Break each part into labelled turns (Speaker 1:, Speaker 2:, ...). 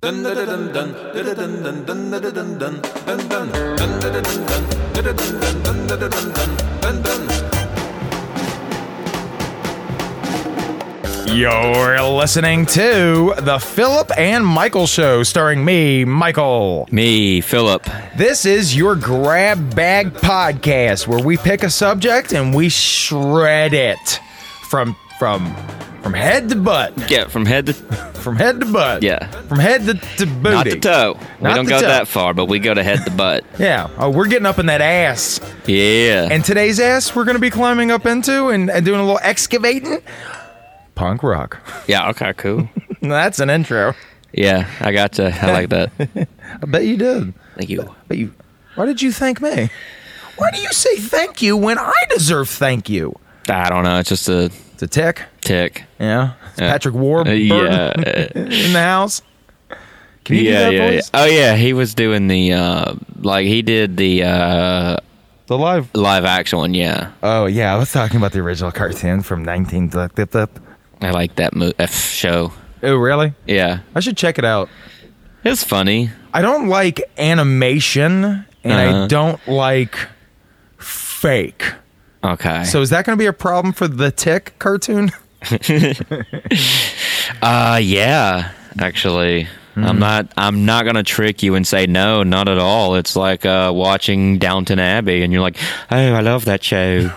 Speaker 1: Dun dun dun dun dun dun dun dun dun dun dun dun dun dun dun dun dun dun dun dun dun dun dun dun
Speaker 2: You're listening to the Philip and Michael Show, starring me, Michael.
Speaker 3: Me, Philip.
Speaker 2: This is your grab bag podcast where we pick a subject and we shred it from from from head to butt,
Speaker 3: Yeah, from head to
Speaker 2: from head to butt,
Speaker 3: Yeah.
Speaker 2: from head to, to booty,
Speaker 3: not to toe.
Speaker 2: Not
Speaker 3: we don't
Speaker 2: to
Speaker 3: go
Speaker 2: toe.
Speaker 3: that far, but we go to head to butt.
Speaker 2: Yeah, oh, we're getting up in that ass,
Speaker 3: yeah.
Speaker 2: and today's ass we're gonna be climbing up into and, and doing a little excavating. Punk rock.
Speaker 3: yeah. Okay. Cool.
Speaker 2: That's an intro.
Speaker 3: Yeah, I got gotcha. I like that.
Speaker 2: I bet you did.
Speaker 3: Thank you.
Speaker 2: But you, why did you thank me? Why do you say thank you when I deserve thank you?
Speaker 3: I don't know. It's just a
Speaker 2: It's a tick.
Speaker 3: tick.
Speaker 2: Yeah, it's Patrick Warburton
Speaker 3: Uh, yeah. uh,
Speaker 2: in the house. Can you
Speaker 3: yeah.
Speaker 2: do
Speaker 3: Yeah.
Speaker 2: that
Speaker 3: yeah.
Speaker 2: voice?
Speaker 3: Oh yeah. He was doing the uh, like he did the uh,
Speaker 2: The live.
Speaker 3: live action one. Yeah.
Speaker 2: Oh yeah, I was talking about the original cartoon from 19.
Speaker 3: I like that mo- uh, show.
Speaker 2: Oh really?
Speaker 3: Yeah.
Speaker 2: I should check it out.
Speaker 3: It's funny.
Speaker 2: I don't like animation, and I
Speaker 3: Uh-huh.
Speaker 2: don't like fake.
Speaker 3: Okay.
Speaker 2: So is that going to be a problem for the tick cartoon?
Speaker 3: Uh, yeah, actually.
Speaker 2: Hmm.
Speaker 3: I'm not. I'm not gonna trick you and say no, not at all. It's like uh, watching Downton Abbey, and you're like, "Oh, I love that show,"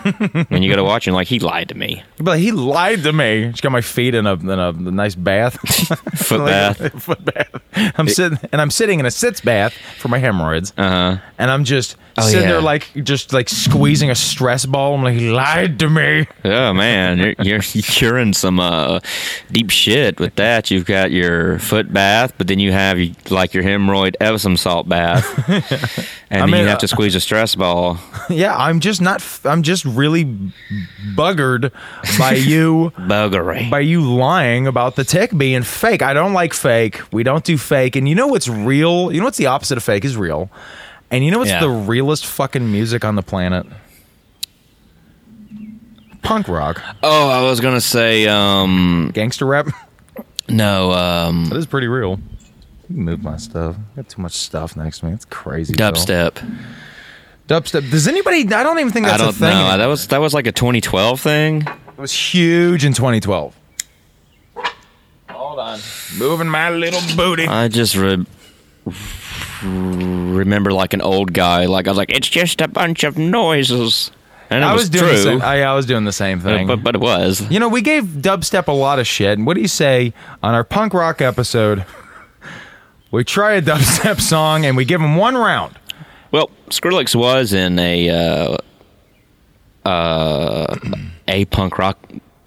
Speaker 3: and you go to watch, and you're like, "He lied to me."
Speaker 2: But he lied to me. She got my feet in a in a nice bath,
Speaker 3: Foot
Speaker 2: Like,
Speaker 3: bath.
Speaker 2: foot bath. I'm sitting and I'm sitting in a sitz bath for my hemorrhoids,
Speaker 3: Uh huh.
Speaker 2: and I'm just
Speaker 3: Oh,
Speaker 2: sitting
Speaker 3: yeah.
Speaker 2: there like just like squeezing a stress ball. I'm like, he lied to me.
Speaker 3: Oh man, you're, you're you're in some uh, deep shit with that. You've got your foot bath, but then you have like your hemorrhoid Epsom salt bath, and then
Speaker 2: mean,
Speaker 3: you have
Speaker 2: uh,
Speaker 3: to squeeze a stress ball.
Speaker 2: yeah, I'm just not. f- I'm just really buggered by you.
Speaker 3: Buggery.
Speaker 2: By you lying about the tick being fake. I don't like fake. We don't do fake. And you know what's real? You know what's the opposite of fake is real. And you know what's
Speaker 3: Yeah.
Speaker 2: the realest fucking music on the planet? Punk rock,
Speaker 3: Oh, I was gonna say, um,
Speaker 2: gangster rap.
Speaker 3: no, um,
Speaker 2: That is pretty real. You can Move my stuff. I got too much stuff next to me. It's crazy. Phil.
Speaker 3: dubstep.
Speaker 2: Dubstep. Does anybody? I don't even think
Speaker 3: I
Speaker 2: that's a
Speaker 3: don't
Speaker 2: thing.
Speaker 3: know. That
Speaker 2: anymore.
Speaker 3: was that was like a 2012 thing.
Speaker 2: It was huge in 2012. Hold on. Moving my little booty.
Speaker 3: I just re- remember like an old guy. Like I was like, it's just a bunch of noises, and it
Speaker 2: I
Speaker 3: was,
Speaker 2: was doing
Speaker 3: true.
Speaker 2: The same, I, I was doing the same thing.
Speaker 3: but, but it was.
Speaker 2: you know, we gave dubstep a lot of shit. And what do you say on our punk rock episode? We try a dubstep song and we give them one round.
Speaker 3: Well, Skrillex was in a uh, uh, a punk rock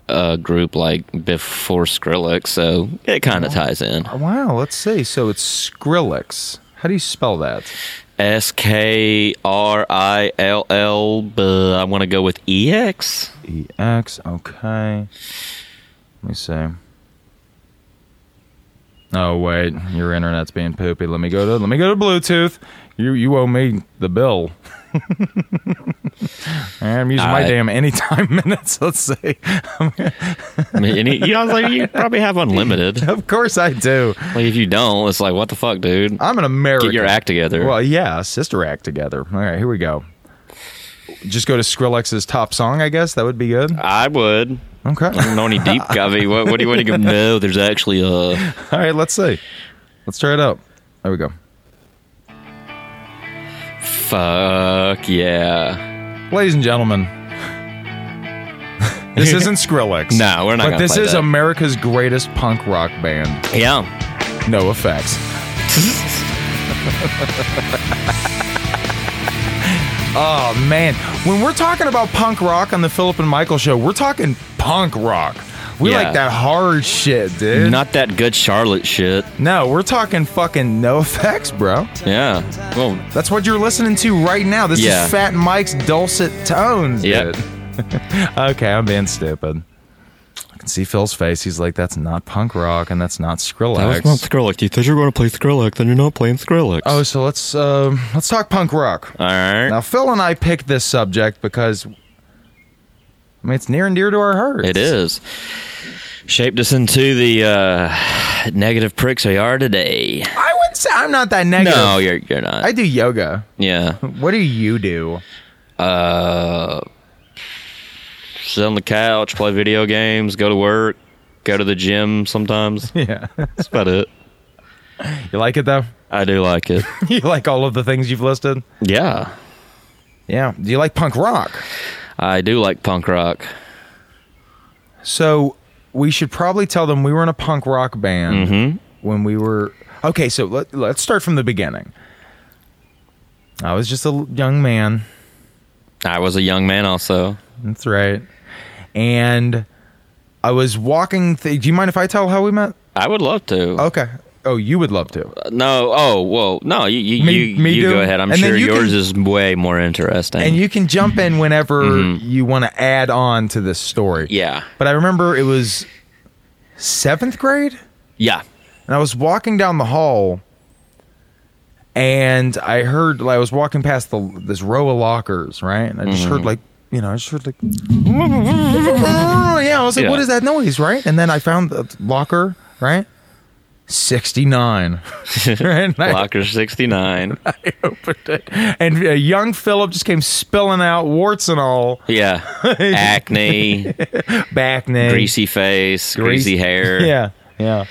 Speaker 3: uh, group like before Skrillex, so it kind of ties in.
Speaker 2: Wow, let's see. So it's Skrillex. How do you spell that?
Speaker 3: S K R I L L. but I want to go with E X.
Speaker 2: EX. Okay. Let me see. Oh wait, your internet's being poopy. Let me go to let me go to Bluetooth. You you owe me the bill. I'm using my
Speaker 3: Alright.
Speaker 2: damn anytime minutes. Let's see.
Speaker 3: I mean, and you, you know, it's like you probably have unlimited.
Speaker 2: of course I do.
Speaker 3: Like if you don't, it's like what the fuck, dude.
Speaker 2: I'm an American.
Speaker 3: Get your act together.
Speaker 2: Well, yeah, sister act together. All right, here we go. Just go to Skrillex's top song, I guess. That would be good.
Speaker 3: I would.
Speaker 2: Okay.
Speaker 3: I don't know any deep covey. What, what do you want to go? No, there's actually a.
Speaker 2: All right, let's see. Let's try it out. There we go.
Speaker 3: Fuck yeah.
Speaker 2: Ladies and gentlemen, this isn't Skrillex.
Speaker 3: No, we're not
Speaker 2: But
Speaker 3: gonna
Speaker 2: this
Speaker 3: play
Speaker 2: is
Speaker 3: that.
Speaker 2: America's greatest punk rock band.
Speaker 3: Yeah.
Speaker 2: No effects. Oh man, when we're talking about punk rock on the Philip and Michael show, we're talking punk rock. We
Speaker 3: Yeah.
Speaker 2: like that hard shit, dude.
Speaker 3: Not that good Charlotte shit.
Speaker 2: no, we're talking fucking no effects, bro.
Speaker 3: Yeah. Well,
Speaker 2: That's what you're listening to right now. This
Speaker 3: Yeah.
Speaker 2: is Fat Mike's dulcet tones.
Speaker 3: Yep.
Speaker 2: dude. okay, I'm being stupid. I can see Phil's face. He's like, "That's not punk rock, and that's not Skrillex."
Speaker 3: Skrillex. You said you're going to play Skrillex, then you're not playing Skrillex.
Speaker 2: oh, so let's um let's talk punk rock.
Speaker 3: All right.
Speaker 2: Now, Phil and I picked this subject because I mean it's near and dear to our hearts.
Speaker 3: It is. Shaped us into the uh, negative pricks we are today.
Speaker 2: I wouldn't say I'm not that negative.
Speaker 3: No, you're you're not.
Speaker 2: I do yoga.
Speaker 3: yeah.
Speaker 2: What do you do?
Speaker 3: Uh, sit on the couch, play video games, go to work, go to the gym sometimes.
Speaker 2: Yeah.
Speaker 3: That's about it.
Speaker 2: You like it though?
Speaker 3: I do like it.
Speaker 2: you like all of the things you've listed?
Speaker 3: Yeah.
Speaker 2: Yeah. Do you like punk rock?
Speaker 3: I do like punk rock.
Speaker 2: So we should probably tell them we were in a punk rock band
Speaker 3: Mm-hmm.
Speaker 2: when we were. Okay, so let, let's start from the beginning. I was just a l- young man.
Speaker 3: I was a young man also.
Speaker 2: That's right. And I was walking. Th- do you mind if I tell how we met?
Speaker 3: I would love to.
Speaker 2: Okay. Oh, you would love to.
Speaker 3: No, oh, whoa. No, you you,
Speaker 2: Me-
Speaker 3: you,
Speaker 2: me
Speaker 3: you
Speaker 2: do?
Speaker 3: go ahead. I'm
Speaker 2: And then
Speaker 3: sure
Speaker 2: you
Speaker 3: yours
Speaker 2: can-
Speaker 3: is way more interesting.
Speaker 2: And you can jump in whenever you want to add on to this story.
Speaker 3: Yeah.
Speaker 2: But I remember it was seventh grade.
Speaker 3: Yeah.
Speaker 2: and I was walking down the hall, and I heard like, I was walking past the this row of lockers, right? And I just heard like you know I just heard like yeah I was like
Speaker 3: Yeah.
Speaker 2: what is that noise, right? And then I found the locker, right? Sixty nine, right? And I-
Speaker 3: Locker 69.
Speaker 2: I opened it, and uh, young Philip just came spilling out warts and all,
Speaker 3: Yeah. Acne,
Speaker 2: back name,
Speaker 3: greasy face,
Speaker 2: Grease-
Speaker 3: greasy hair,
Speaker 2: yeah, yeah.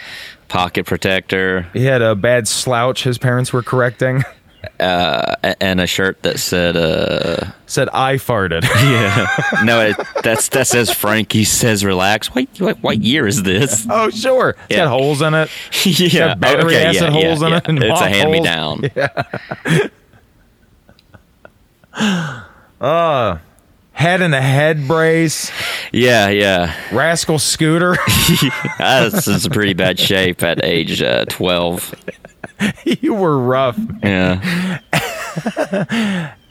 Speaker 3: pocket protector,
Speaker 2: He had a bad slouch. His parents were correcting.
Speaker 3: a- and a shirt that said uh
Speaker 2: Said I farted.
Speaker 3: no, it, that's that says Frankie says relax. What what, what year is this?
Speaker 2: Oh, sure. It's
Speaker 3: Yeah.
Speaker 2: got holes in it.
Speaker 3: yeah,
Speaker 2: got battery acid holes in it and
Speaker 3: It's a
Speaker 2: mop
Speaker 3: hand me down.
Speaker 2: Head in a head brace.
Speaker 3: Yeah, yeah.
Speaker 2: Rascal scooter.
Speaker 3: That's in pretty bad shape at age uh, twelve.
Speaker 2: you were rough.
Speaker 3: Yeah,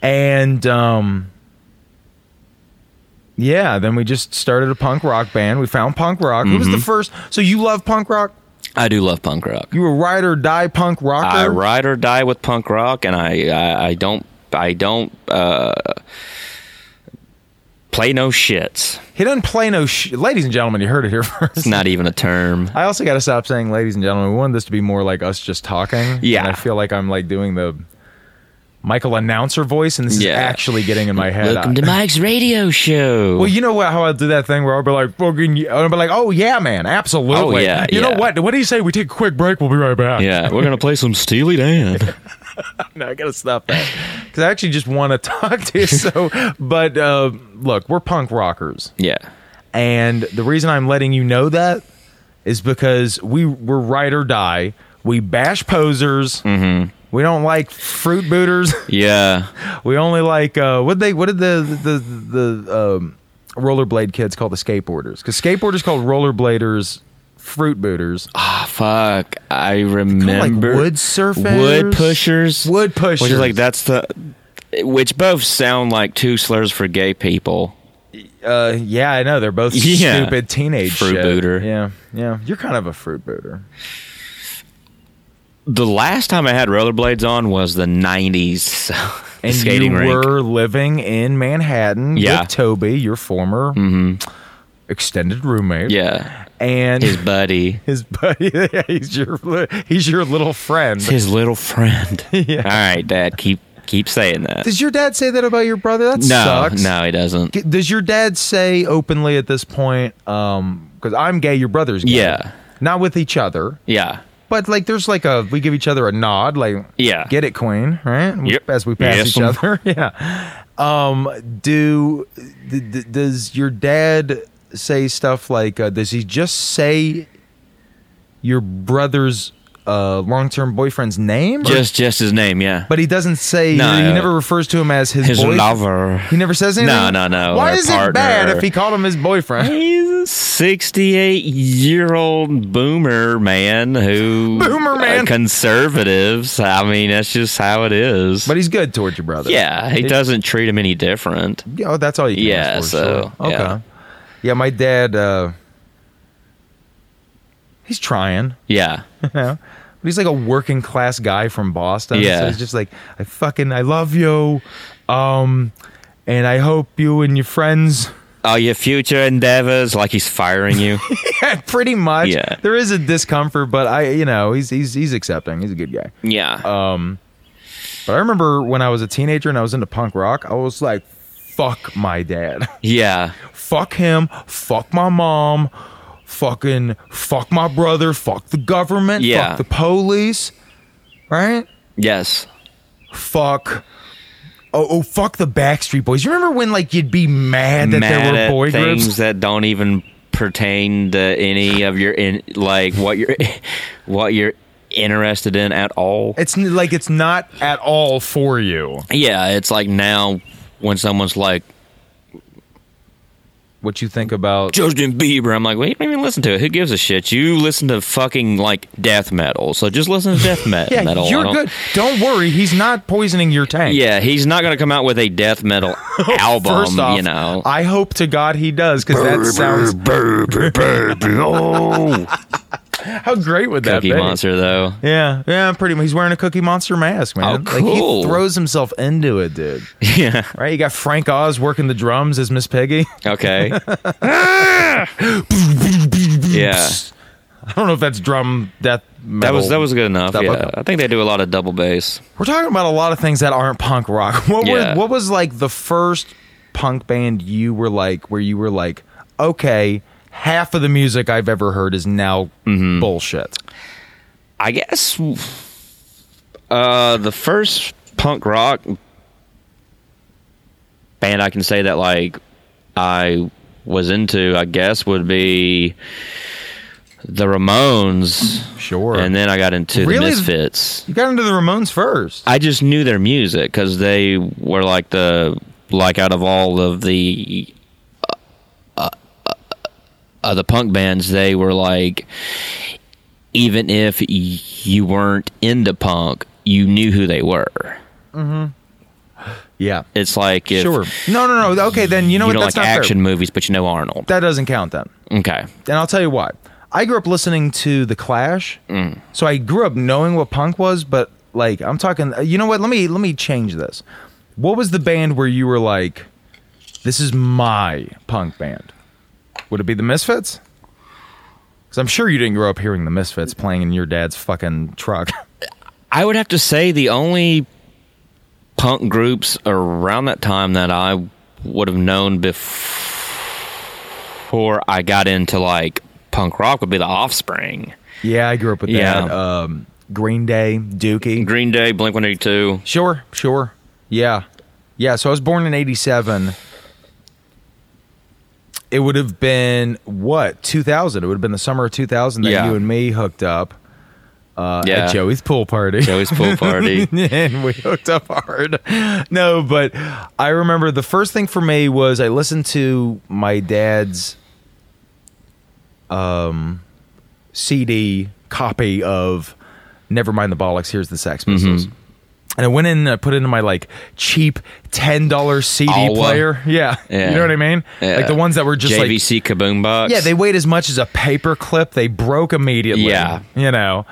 Speaker 2: And um yeah, then we just started a punk rock band. We found punk rock. Who
Speaker 3: Mm-hmm.
Speaker 2: was the first? So you love punk rock?
Speaker 3: I do love punk rock.
Speaker 2: You were ride or die punk rocker.
Speaker 3: I ride or die with punk rock, and I I, I don't I don't uh, play no shits.
Speaker 2: He doesn't play no sh- Ladies and gentlemen, you heard it here first.
Speaker 3: It's not even a term.
Speaker 2: I also got to stop saying ladies and gentlemen. We wanted this to be more like us just talking.
Speaker 3: Yeah.
Speaker 2: And I feel like I'm like doing the Michael announcer voice, and this
Speaker 3: Yeah.
Speaker 2: is actually getting in my head.
Speaker 3: Welcome
Speaker 2: I-
Speaker 3: to Mike's radio show.
Speaker 2: Well, you know what, how I do that thing where I'll be like, fucking, and I'll be like, oh yeah, man, absolutely.
Speaker 3: Oh, yeah,
Speaker 2: you know
Speaker 3: yeah.
Speaker 2: what? What do you say? We take a quick break. We'll be right back.
Speaker 3: yeah, we're gonna play some Steely Dan.
Speaker 2: No, I gotta stop that because I actually just want to talk to you. So, but uh, look, we're punk rockers,
Speaker 3: yeah.
Speaker 2: and the reason I'm letting you know that is because we we're ride or die. We bash posers.
Speaker 3: Mm-hmm.
Speaker 2: We don't like fruit booters.
Speaker 3: Yeah.
Speaker 2: We only like uh, what they what did the the the, the um, rollerblade kids call the skateboarders? Because skateboarders called rollerbladers fruit booters,
Speaker 3: Ah, fuck. I remember.
Speaker 2: wood surfers?
Speaker 3: Wood pushers.
Speaker 2: wood pushers.
Speaker 3: Which is like, that's the. Which both sound like two slurs for gay people.
Speaker 2: Uh, yeah, I know they're both
Speaker 3: Yeah.
Speaker 2: stupid teenage
Speaker 3: Fruit
Speaker 2: shit.
Speaker 3: booter.
Speaker 2: Yeah, yeah. You're kind of a fruit booter.
Speaker 3: The last time I had rollerblades on was the 90s. so-
Speaker 2: And
Speaker 3: skating
Speaker 2: you
Speaker 3: rink.
Speaker 2: were living in Manhattan
Speaker 3: Yeah. Mm-hmm.
Speaker 2: with Toby, your former extended roommate.
Speaker 3: Yeah.
Speaker 2: and
Speaker 3: His
Speaker 2: his,
Speaker 3: buddy.
Speaker 2: buddy. Yeah, he's your li- he's your little friend.
Speaker 3: His little friend. All right, Dad. Keep keep saying that.
Speaker 2: Does your dad say that about your brother? That
Speaker 3: no,
Speaker 2: sucks.
Speaker 3: no, he doesn't.
Speaker 2: Does your dad say openly at this point? Um, because I'm gay, your brother's gay.
Speaker 3: Yeah.
Speaker 2: Not with each other,
Speaker 3: Yeah.
Speaker 2: but like there's like a we give each other a nod, like
Speaker 3: Yeah.
Speaker 2: get it, queen, right?
Speaker 3: Yep.
Speaker 2: As we pass
Speaker 3: Yes,
Speaker 2: each
Speaker 3: um.
Speaker 2: other, yeah. Um, do d- d- does your dad say stuff like? Uh, does he just say your brother's uh, long-term boyfriend's name? Or-
Speaker 3: Just just his name. Yeah.
Speaker 2: but he doesn't say.
Speaker 3: No.
Speaker 2: he never refers to him as his
Speaker 3: his
Speaker 2: boyfriend.
Speaker 3: lover.
Speaker 2: He never says anything.
Speaker 3: No, no, no.
Speaker 2: Why
Speaker 3: Our
Speaker 2: is
Speaker 3: partner.
Speaker 2: it bad if he called him his boyfriend?
Speaker 3: He's a 68 year old boomer man who.
Speaker 2: Boomer man.
Speaker 3: uh, conservatives. I mean, that's just how it is.
Speaker 2: But he's good towards your brother.
Speaker 3: yeah, he doesn't treat him any different.
Speaker 2: Yeah, Oh, that's all you. Can
Speaker 3: Yeah,
Speaker 2: ask for,
Speaker 3: so,
Speaker 2: sure. okay.
Speaker 3: yeah.
Speaker 2: Yeah. my dad. uh He's trying,
Speaker 3: Yeah.
Speaker 2: you know? but he's like a working class guy from Boston. so
Speaker 3: Yeah.
Speaker 2: he's just like, I fucking, I love you, um, and I hope you and your friends
Speaker 3: Are your future endeavors like he's firing you?
Speaker 2: pretty much.
Speaker 3: Yeah.
Speaker 2: There is a discomfort, but I, you know, he's he's he's accepting. He's a good guy.
Speaker 3: yeah.
Speaker 2: Um, but I remember when I was a teenager and I was into punk rock, I was like, "Fuck my dad,
Speaker 3: yeah.
Speaker 2: fuck him, fuck my mom, fucking fuck my brother, fuck the government,
Speaker 3: Yeah.
Speaker 2: fuck the police, right?
Speaker 3: Yes.
Speaker 2: Fuck." Oh, oh, fuck the Backstreet Boys! You remember when like you'd be mad that
Speaker 3: Mad
Speaker 2: there
Speaker 3: at
Speaker 2: were boy
Speaker 3: things
Speaker 2: groups?
Speaker 3: that don't even pertain to any of your in like what you're what you're interested in at all.
Speaker 2: It's n- like it's not at all for you.
Speaker 3: yeah, it's like now when someone's like
Speaker 2: What you think about?
Speaker 3: Justin Bieber, I'm like, wait, you don't even listen to it. Who gives a shit? You listen to fucking like death metal, so just listen to death me-
Speaker 2: Yeah,
Speaker 3: metal. I
Speaker 2: you're
Speaker 3: don't-
Speaker 2: good. Don't worry, he's not poisoning your tank.
Speaker 3: Yeah, he's not going to come out with a death metal album,
Speaker 2: First off,
Speaker 3: you know.
Speaker 2: I hope to God he does because that sounds. How great would that
Speaker 3: Cookie
Speaker 2: be?
Speaker 3: Monster though.
Speaker 2: Yeah, yeah, pretty. He's wearing a Cookie Monster mask, man.
Speaker 3: Oh,
Speaker 2: Like he
Speaker 3: cool.
Speaker 2: throws himself into it, dude.
Speaker 3: Yeah.
Speaker 2: Right? You got Frank Oz working the drums as Miss Peggy.
Speaker 3: Okay. yeah.
Speaker 2: I don't know if that's drum death metal.
Speaker 3: That was that was good enough.
Speaker 2: Double-
Speaker 3: yeah. I think they do a lot of double bass.
Speaker 2: We're talking about a lot of things that aren't punk rock. What were,
Speaker 3: Yeah.
Speaker 2: what was like the first punk band you were like where you were like, okay, half of the music I've ever heard is now
Speaker 3: Mm-hmm.
Speaker 2: bullshit.
Speaker 3: I guess uh the first punk rock band I can say that like I was into, I guess, would be the Ramones.
Speaker 2: Sure.
Speaker 3: And then I got into
Speaker 2: Really?
Speaker 3: the Misfits.
Speaker 2: you got into the Ramones first.
Speaker 3: I just knew their music because they were like the like out of all of the uh, uh, uh, the punk bands, they were like even if y- you weren't into punk, you knew who they were.
Speaker 2: Yeah.
Speaker 3: It's like if
Speaker 2: sure. No, no, no. Okay, then you know what?
Speaker 3: you don't
Speaker 2: That's
Speaker 3: like
Speaker 2: not fair.
Speaker 3: action movies, but you know Arnold.
Speaker 2: That doesn't count then.
Speaker 3: Okay,
Speaker 2: And I'll tell you why. I grew up listening to The Clash. So I grew up knowing what punk was, but like I'm talking you know what? Let me let me change this. What was the band where you were like this is my punk band? Would it be The Misfits? Cuz I'm sure you didn't grow up hearing The Misfits playing in your dad's fucking truck.
Speaker 3: I would have to say the only punk groups around that time that I would have known before I got into like punk rock would be the Offspring,
Speaker 2: yeah, I grew up with
Speaker 3: Yeah.
Speaker 2: that. Um Green Day, Dookie.
Speaker 3: Green Day, Blink One Eighty Two.
Speaker 2: Sure, sure. Yeah. Yeah, so I was born in 87. It would have been what? 2000. It would have been the summer of 2000 that
Speaker 3: Yeah.
Speaker 2: you and me hooked up uh,
Speaker 3: Yeah.
Speaker 2: at Joey's pool party.
Speaker 3: Joey's pool party.
Speaker 2: and we hooked up hard. No, but I remember the first thing for me was I listened to my dad's um CD copy of Nevermind the Bollocks, Here's the Sex Pistols.
Speaker 3: Mm-hmm.
Speaker 2: And I went in and I put it into my like cheap ten dollar CD
Speaker 3: Awa.
Speaker 2: player. Yeah.
Speaker 3: Yeah.
Speaker 2: you know what I mean.
Speaker 3: Yeah.
Speaker 2: Like the ones that were just like
Speaker 3: JVC Kaboom Box.
Speaker 2: yeah, they weighed as much as a paper clip. They broke immediately.
Speaker 3: Yeah.
Speaker 2: You know,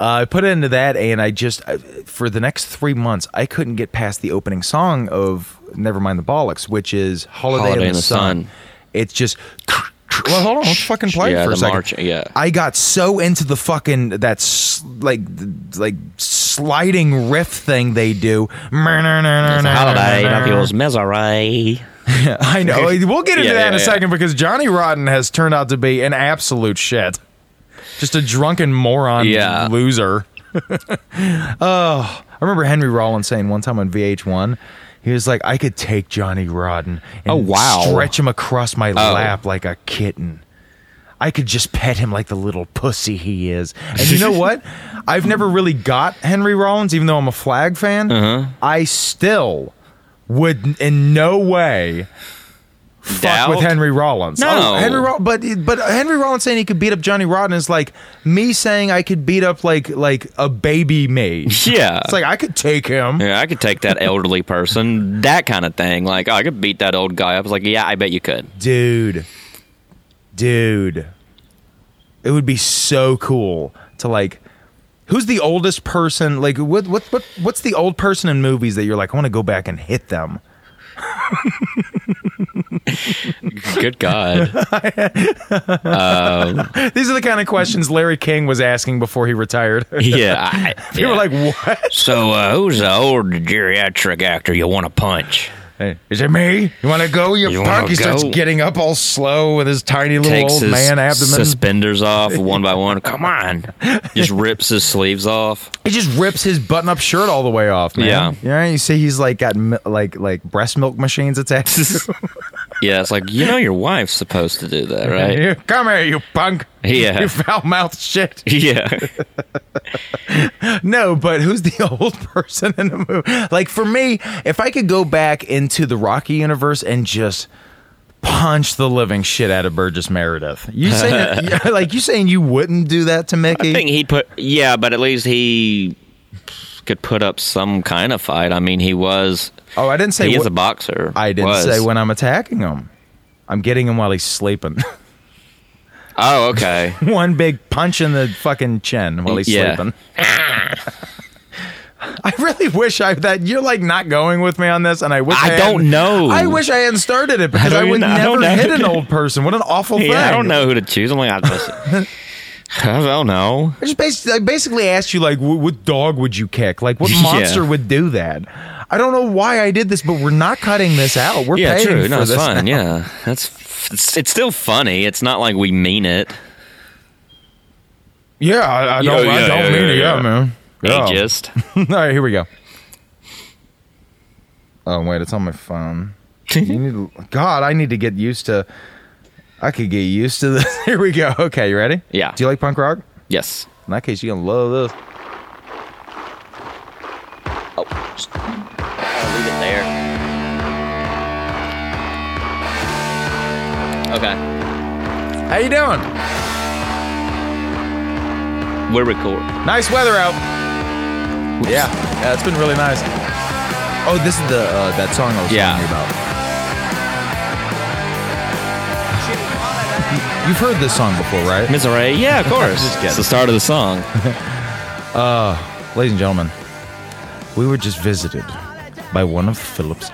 Speaker 2: Uh, I put it into that, and I just, I, for the next three months, I couldn't get past the opening song of Nevermind the Bollocks, which is Holiday, in, the, sun. It's just. Well, hold on. Let's fucking play
Speaker 3: Yeah,
Speaker 2: for a
Speaker 3: the
Speaker 2: second.
Speaker 3: march- yeah.
Speaker 2: I got so into the fucking that s- like like sliding riff thing they do.
Speaker 3: It's a holiday, not people's misery.
Speaker 2: I know. We'll get into
Speaker 3: Yeah,
Speaker 2: that in
Speaker 3: yeah,
Speaker 2: a
Speaker 3: yeah.
Speaker 2: second because Johnny Rotten has turned out to be an absolute shit. Just a drunken moron
Speaker 3: Yeah.
Speaker 2: loser. oh, I remember Henry Rollins saying one time on VH1, he was like, I could take Johnny Rotten and
Speaker 3: Oh, wow. Oh.
Speaker 2: stretch him across my lap like a kitten. I could just pet him like the little pussy he is. And you know what? I've never really got Henry Rollins, even though I'm a flag fan.
Speaker 3: Uh-huh.
Speaker 2: I still would in no way fuck
Speaker 3: Doubt?
Speaker 2: with Henry Rollins.
Speaker 3: No.
Speaker 2: Oh, Henry Roll- but but Henry Rollins saying he could beat up Johnny Rotten is like me saying I could beat up like like a baby me. it's
Speaker 3: Yeah.
Speaker 2: like I could take him.
Speaker 3: yeah, I could take that elderly person, that kind of thing. Like, oh, I could beat that old guy up. It's like, yeah, I bet you could.
Speaker 2: dude dude it would be so cool to like who's the oldest person like what what, what what's the old person in movies that you're like i want to go back and hit them
Speaker 3: Good God. Um,
Speaker 2: These are the kind of questions Larry King was asking before he retired.
Speaker 3: yeah. I,
Speaker 2: People
Speaker 3: yeah.
Speaker 2: were like, "What?
Speaker 3: so uh, who's the old geriatric actor you want to punch?
Speaker 2: Hey, is it me? You want to go? You,
Speaker 3: You wanna
Speaker 2: punk!" He starts
Speaker 3: go?
Speaker 2: getting up all slow with his tiny little
Speaker 3: Takes
Speaker 2: old
Speaker 3: his
Speaker 2: man abdomen.
Speaker 3: suspenders off one by one. Come on. Just rips his sleeves off.
Speaker 2: he just rips his button-up shirt all the way off, man.
Speaker 3: Yeah.
Speaker 2: you, know, you see, he's like got mi- like like breast milk machines attached. to
Speaker 3: Yeah, it's like, you know, your wife's supposed to do that,
Speaker 2: him.
Speaker 3: right?
Speaker 2: Here, come here, you punk!
Speaker 3: Yeah.
Speaker 2: you foul mouth shit.
Speaker 3: Yeah.
Speaker 2: No, but who's the old person in the movie? Like for me, if I could go back into the Rocky universe and just punch the living shit out of Burgess Meredith, you saying yeah, like you saying you wouldn't do that to Mickey?
Speaker 3: I think he put yeah, but at least he could put up some kind of fight. I mean, he was
Speaker 2: oh, I didn't say.
Speaker 3: he is
Speaker 2: wh-
Speaker 3: a boxer.
Speaker 2: I didn't
Speaker 3: was.
Speaker 2: say when I'm attacking him. I'm getting him while he's sleeping.
Speaker 3: Oh, okay.
Speaker 2: One big punch in the fucking chin while he's
Speaker 3: Yeah.
Speaker 2: sleeping. I really wish I that you're like not going with me on this, and I wish
Speaker 3: I
Speaker 2: I,
Speaker 3: don't
Speaker 2: hadn't-
Speaker 3: know.
Speaker 2: I wish I hadn't started it because I,
Speaker 3: I don't
Speaker 2: would
Speaker 3: even- I
Speaker 2: never
Speaker 3: don't know.
Speaker 2: hit an old person. What an awful thing!
Speaker 3: yeah, I don't know who to choose. I'm like, I, just, I don't know.
Speaker 2: I just basically, I basically asked you like, what, what dog would you kick? Like, what
Speaker 3: Yeah.
Speaker 2: monster would do that? I don't know why I did this, but we're not cutting this out. We're
Speaker 3: Yeah,
Speaker 2: paying
Speaker 3: true.
Speaker 2: for
Speaker 3: No, it's
Speaker 2: this.
Speaker 3: fine. Yeah, that's f- it's, it's still funny. It's not like we mean it.
Speaker 2: Yeah, I, I
Speaker 3: Yeah, oh,
Speaker 2: don't, I
Speaker 3: yeah,
Speaker 2: don't
Speaker 3: yeah,
Speaker 2: mean
Speaker 3: yeah,
Speaker 2: it. Yeah,
Speaker 3: yeah.
Speaker 2: man. Yeah.
Speaker 3: Ageist.
Speaker 2: All right, here we go. Oh wait, it's on my phone. You need to, God, I need to get used to. I could get used to this. Here we go. Okay, you ready?
Speaker 3: Yeah.
Speaker 2: Do you like punk rock?
Speaker 3: yes.
Speaker 2: In that case, you're gonna love this.
Speaker 3: Oh, just- I'll leave it there. Okay,
Speaker 2: How you doing?
Speaker 3: we're recording.
Speaker 2: Nice weather out. Yeah, yeah, it's been really nice. Oh, this is the uh, that song I was
Speaker 3: Yeah.
Speaker 2: telling you about. You've heard this song before, right?
Speaker 3: Misery, yeah, of course.
Speaker 2: Just kidding.
Speaker 3: it's the start of the song.
Speaker 2: Ladies and gentlemen, we were just visited by one of Philip's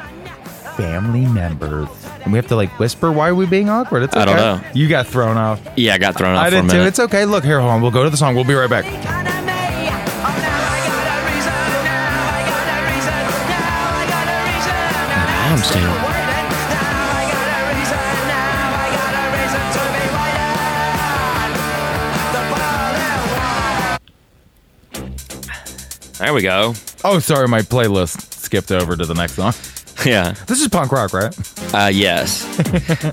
Speaker 2: family members. And we have to like whisper why are we being awkward? It's okay.
Speaker 3: I don't know.
Speaker 2: You got thrown off.
Speaker 3: Yeah, I got thrown off
Speaker 2: I
Speaker 3: for a
Speaker 2: did too.
Speaker 3: minute.
Speaker 2: It's okay. Look here, hold on. We'll go to the song. We'll be right back.
Speaker 3: I'm staying. There we go.
Speaker 2: Oh, sorry, my playlist skipped over to the next song.
Speaker 3: Yeah.
Speaker 2: This is punk rock, right?
Speaker 3: Uh, yes.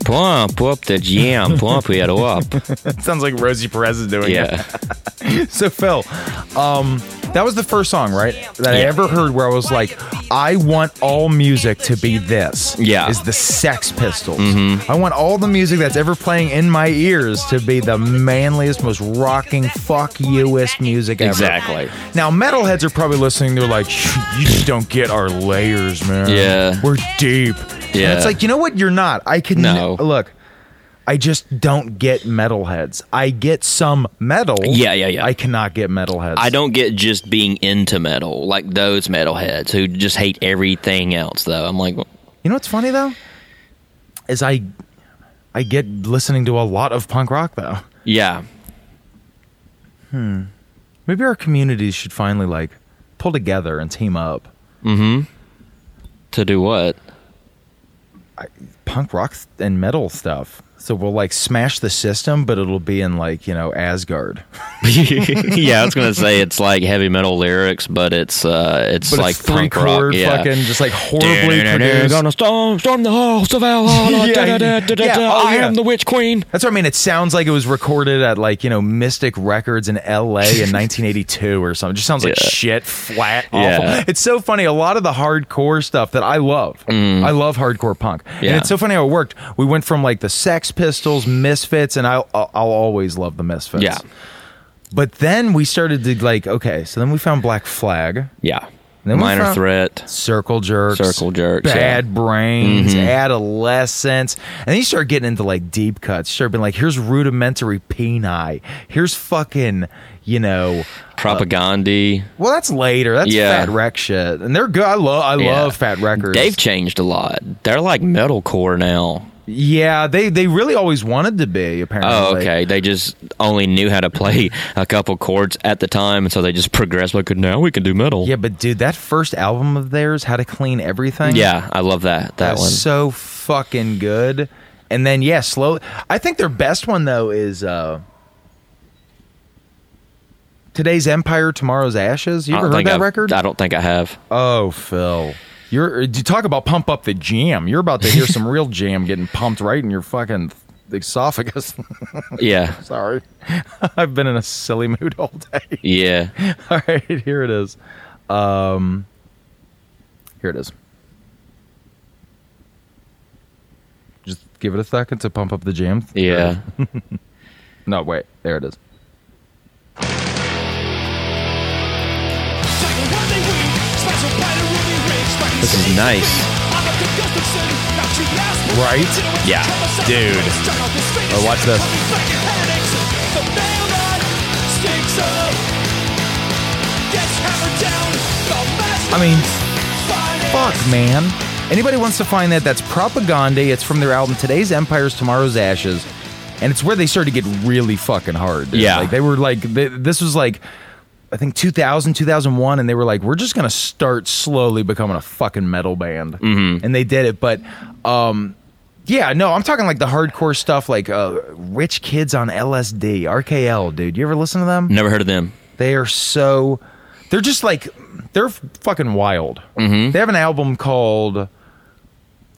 Speaker 3: plump up the jam. Plump it up.
Speaker 2: It sounds like Rosie Perez is doing
Speaker 3: Yeah.
Speaker 2: it. So Phil, um, that was the first song, right? That I
Speaker 3: Yeah.
Speaker 2: ever heard where I was like, I want all music to be this.
Speaker 3: Yeah. Mm-hmm.
Speaker 2: Is the Sex Pistols. I want all the music that's ever playing in my ears to be the manliest, most rocking, fuck you-ist music ever.
Speaker 3: Exactly.
Speaker 2: Now, metalheads are probably listening. They're like, you just don't get our layers, man.
Speaker 3: Yeah.
Speaker 2: We're deep.
Speaker 3: Yeah.
Speaker 2: And it's like, you know what? You're not. I can.
Speaker 3: No.
Speaker 2: Look, I just don't get metalheads. I get some metal.
Speaker 3: Yeah, yeah, yeah.
Speaker 2: I cannot get metalheads.
Speaker 3: I don't get just being into metal, like those metalheads who just hate everything else, though. I'm like,
Speaker 2: You know what's funny, though? Is I. I get listening to a lot of punk rock though.
Speaker 3: yeah.
Speaker 2: Maybe our communities should finally like pull together and team up.
Speaker 3: To do what?
Speaker 2: punk rock and metal stuff. So we'll like smash the system, but it'll be in like you know Asgard.
Speaker 3: yeah, I was gonna say it's like heavy metal lyrics, but it's uh, it's
Speaker 2: But
Speaker 3: like
Speaker 2: it's three
Speaker 3: punk rock.
Speaker 2: chord
Speaker 3: yeah.
Speaker 2: fucking just like horribly produced.
Speaker 3: Gonna storm, storm the halls of Valhalla.
Speaker 2: Yeah,
Speaker 3: da-da-da-da-da-da.
Speaker 2: yeah, oh,
Speaker 3: I
Speaker 2: yeah.
Speaker 3: am the witch queen.
Speaker 2: That's what I mean. It sounds like it was recorded at like you know Mystic Records in L.A. in 1982 or something. It just sounds like
Speaker 3: Yeah.
Speaker 2: shit, flat, awful.
Speaker 3: Yeah.
Speaker 2: It's so funny. A lot of the hardcore stuff that I love, I love hardcore punk,
Speaker 3: Mm. Yeah.
Speaker 2: and it's so funny how it worked. We went from like the Sex Pistols, Misfits, and I'll I'll I'll always love the Misfits.
Speaker 3: Yeah.
Speaker 2: But then we started to like okay, so then we found Black Flag.
Speaker 3: Yeah.
Speaker 2: Then we
Speaker 3: Minor
Speaker 2: found-
Speaker 3: Threat.
Speaker 2: Circle jerks,
Speaker 3: Circle jerks,
Speaker 2: bad
Speaker 3: yeah. Mm-hmm.
Speaker 2: brains, adolescence, and then you start getting into like deep cuts. You start being like, here's rudimentary peni, here's fucking, you know,
Speaker 3: Propaganda.
Speaker 2: well that's later, that's
Speaker 3: Yeah.
Speaker 2: fat wreck shit, and they're good. I love, I
Speaker 3: Yeah.
Speaker 2: love fat records.
Speaker 3: They've changed a lot. They're like metalcore now.
Speaker 2: yeah, they they really always wanted to be apparently.
Speaker 3: Oh, okay. They just only knew how to play a couple chords at the time, and so they just progressed. Like now we can do metal.
Speaker 2: Yeah, but dude, that first album of theirs, How to Clean Everything.
Speaker 3: Yeah, I love that. That
Speaker 2: That's
Speaker 3: one.
Speaker 2: so fucking good. And then yeah, slow. I think their best one though is uh today's Empire, tomorrow's Ashes. You
Speaker 3: I
Speaker 2: ever
Speaker 3: don't
Speaker 2: heard
Speaker 3: think
Speaker 2: that
Speaker 3: I've-
Speaker 2: record?
Speaker 3: I don't think I have.
Speaker 2: oh, Phil, you're uh, you talk about pump up the jam. You're about to hear some real jam getting pumped right in your fucking esophagus.
Speaker 3: Yeah,
Speaker 2: Sorry, I've been in a silly mood all day.
Speaker 3: yeah.
Speaker 2: All right, here it is. Um, here it is. Just give it a second to pump up the jam.
Speaker 3: Yeah.
Speaker 2: No, wait. There it is.
Speaker 4: This is nice.
Speaker 2: Right?
Speaker 4: Yeah. Dude.
Speaker 2: Oh, watch this. I mean, fuck, man. Anybody wants to find that? That's propaganda. It's from their album Today's Empires, Tomorrow's Ashes, and it's where they started to get really fucking hard. dude.
Speaker 3: Yeah.
Speaker 2: like they were like th this was like. I think 2000, 2001, and they were like, we're just going to start slowly becoming a fucking metal band. And they did it. But um, yeah, no, I'm talking like the hardcore stuff, like uh, Rich Kids on LSD, RKL, dude. You ever listen to them?
Speaker 3: Never heard of them.
Speaker 2: They are so. They're just like they're f- fucking wild.
Speaker 3: Mm-hmm.
Speaker 2: They have an album called.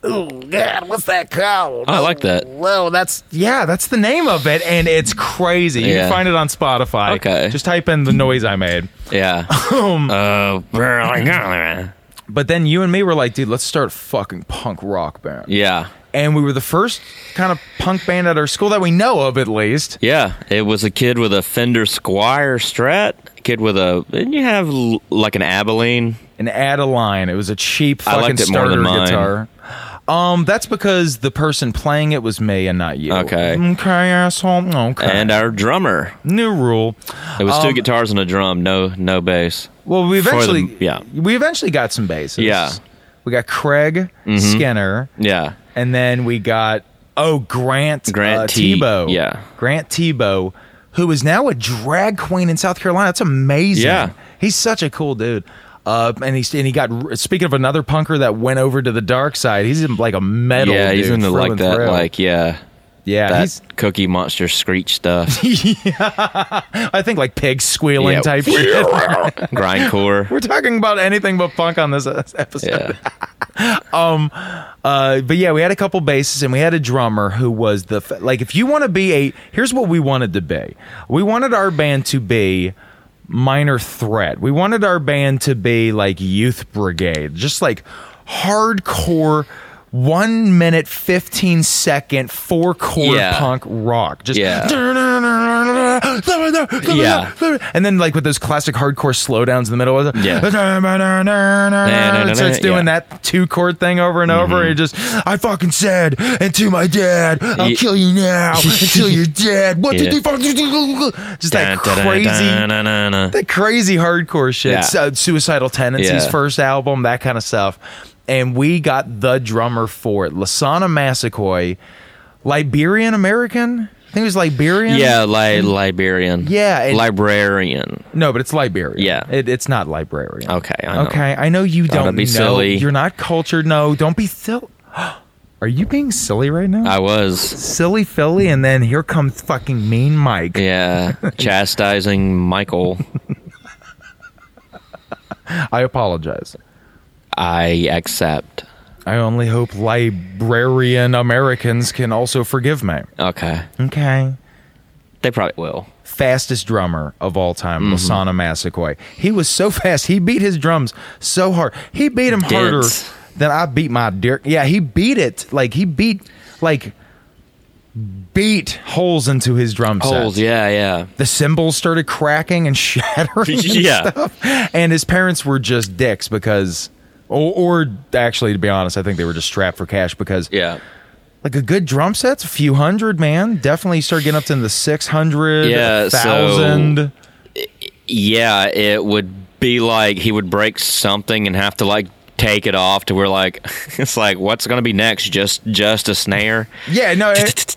Speaker 2: Oh God, what's that called?
Speaker 3: Oh, I like that.
Speaker 2: Whoa, that's yeah, that's the name of it, and it's crazy. You
Speaker 3: Yeah.
Speaker 2: can find it on Spotify.
Speaker 3: Okay.
Speaker 2: just type in the noise I made.
Speaker 3: Yeah.
Speaker 2: Um,
Speaker 3: uh,
Speaker 2: But then you and me were like, dude, let's start a fucking punk rock band.
Speaker 3: yeah.
Speaker 2: And we were the first kind of punk band at our school that we know of, at least.
Speaker 3: Yeah, it was a kid with a Fender Squire Strat. Kid with a didn't you have l- like an Abilene?
Speaker 2: an Adeline. It was a cheap
Speaker 3: I
Speaker 2: fucking
Speaker 3: liked it more
Speaker 2: starter
Speaker 3: than mine.
Speaker 2: guitar. Um, that's because the person playing it was me and not you.
Speaker 3: Okay.
Speaker 2: Okay, asshole. Okay.
Speaker 3: And our drummer.
Speaker 2: New rule.
Speaker 3: It was two
Speaker 2: Uh, Um,
Speaker 3: guitars and a drum. No, no bass.
Speaker 2: Well, we
Speaker 3: For the-
Speaker 2: eventually,
Speaker 3: yeah.
Speaker 2: we eventually got some bases.
Speaker 3: Yeah. Mm-hmm.
Speaker 2: we got Craig Skinner,
Speaker 3: Yeah,
Speaker 2: and then we got oh Grant
Speaker 3: Grant
Speaker 2: uh,
Speaker 3: T-
Speaker 2: Tebow.
Speaker 3: yeah.
Speaker 2: Grant Tebow, who is now a drag queen in South Carolina. That's amazing.
Speaker 3: Yeah.
Speaker 2: he's such a cool dude. Uh, and he and he got speaking of another punker that went over to the dark side. He's in, like a metal.
Speaker 3: yeah. He's
Speaker 2: dude,
Speaker 3: into
Speaker 2: through
Speaker 3: like
Speaker 2: and
Speaker 3: that,
Speaker 2: through.
Speaker 3: like yeah,
Speaker 2: yeah.
Speaker 3: that
Speaker 2: he's-
Speaker 3: Cookie Monster screech stuff,
Speaker 2: I think like pig squealing
Speaker 3: Yeah.
Speaker 2: type. shit.
Speaker 3: grindcore.
Speaker 2: We're talking about anything but punk on this uh, episode.
Speaker 3: Yeah,
Speaker 2: Uh, but yeah, we had a couple basses and we had a drummer who was the f- like. If you want to be a, here's what we wanted to be. We wanted our band to be Minor Threat. We wanted our band to be like Youth Brigade, just like hardcore. One minute, 15 second, four chord
Speaker 3: Yeah.
Speaker 2: punk rock. Just
Speaker 3: Yeah.
Speaker 2: yeah. And then, like, with those classic hardcore slowdowns in the middle of it.
Speaker 3: Yeah.
Speaker 2: It starts doing
Speaker 3: Yeah.
Speaker 2: that two chord thing over and
Speaker 3: Mm-hmm.
Speaker 2: over. And just, I fucking said, and to my dad, I'll
Speaker 3: Ye-
Speaker 2: kill you now until you're dead. What
Speaker 3: Yeah.
Speaker 2: did you fucking Just that
Speaker 3: Dun, dun,
Speaker 2: crazy,
Speaker 3: dun, dun, dun, dun.
Speaker 2: that crazy hardcore shit.
Speaker 3: Yeah.
Speaker 2: So, suicidal Tendencies
Speaker 3: Yeah.
Speaker 2: first album, that kind of stuff. And we got the drummer for it, Lasana Massacoy, Liberian American. I think it was Liberian.
Speaker 3: Yeah, li- Liberian.
Speaker 2: Yeah, and-
Speaker 3: librarian.
Speaker 2: No, but it's Liberian.
Speaker 3: Yeah.
Speaker 2: It, it's not librarian.
Speaker 3: Okay, I know.
Speaker 2: Okay, I know you don't
Speaker 3: don't be
Speaker 2: know.
Speaker 3: silly.
Speaker 2: You're not cultured. No, don't be silly. Are you being silly right now?
Speaker 3: I was.
Speaker 2: silly Philly, and then here comes fucking Mean Mike.
Speaker 3: Yeah, chastising Michael.
Speaker 2: I apologize.
Speaker 3: I accept.
Speaker 2: I only hope librarian Americans can also forgive me.
Speaker 3: Okay,
Speaker 2: Okay.
Speaker 3: they probably will.
Speaker 2: fastest drummer of all time,
Speaker 3: Mm-hmm.
Speaker 2: Lasana Massacoy. He was so fast. He beat his drums so hard. He beat him harder
Speaker 3: Dense.
Speaker 2: than I beat my dick. Yeah, he beat it. Like he beat like beat holes into his drum set.
Speaker 3: Holes, yeah, yeah.
Speaker 2: The cymbals started cracking and shattering. and
Speaker 3: Yeah.
Speaker 2: stuff. And his parents were just dicks because, or, or actually, to be honest, I think they were just strapped for cash because
Speaker 3: Yeah.
Speaker 2: like a good drum set's a few hundred, man. Definitely start getting up to the six hundred,
Speaker 3: Yeah, so-
Speaker 2: thousand.
Speaker 3: Yeah, it would be like he would break something and have to like take it off to where like it's like what's gonna be next? Just just a snare?
Speaker 2: yeah, no. it-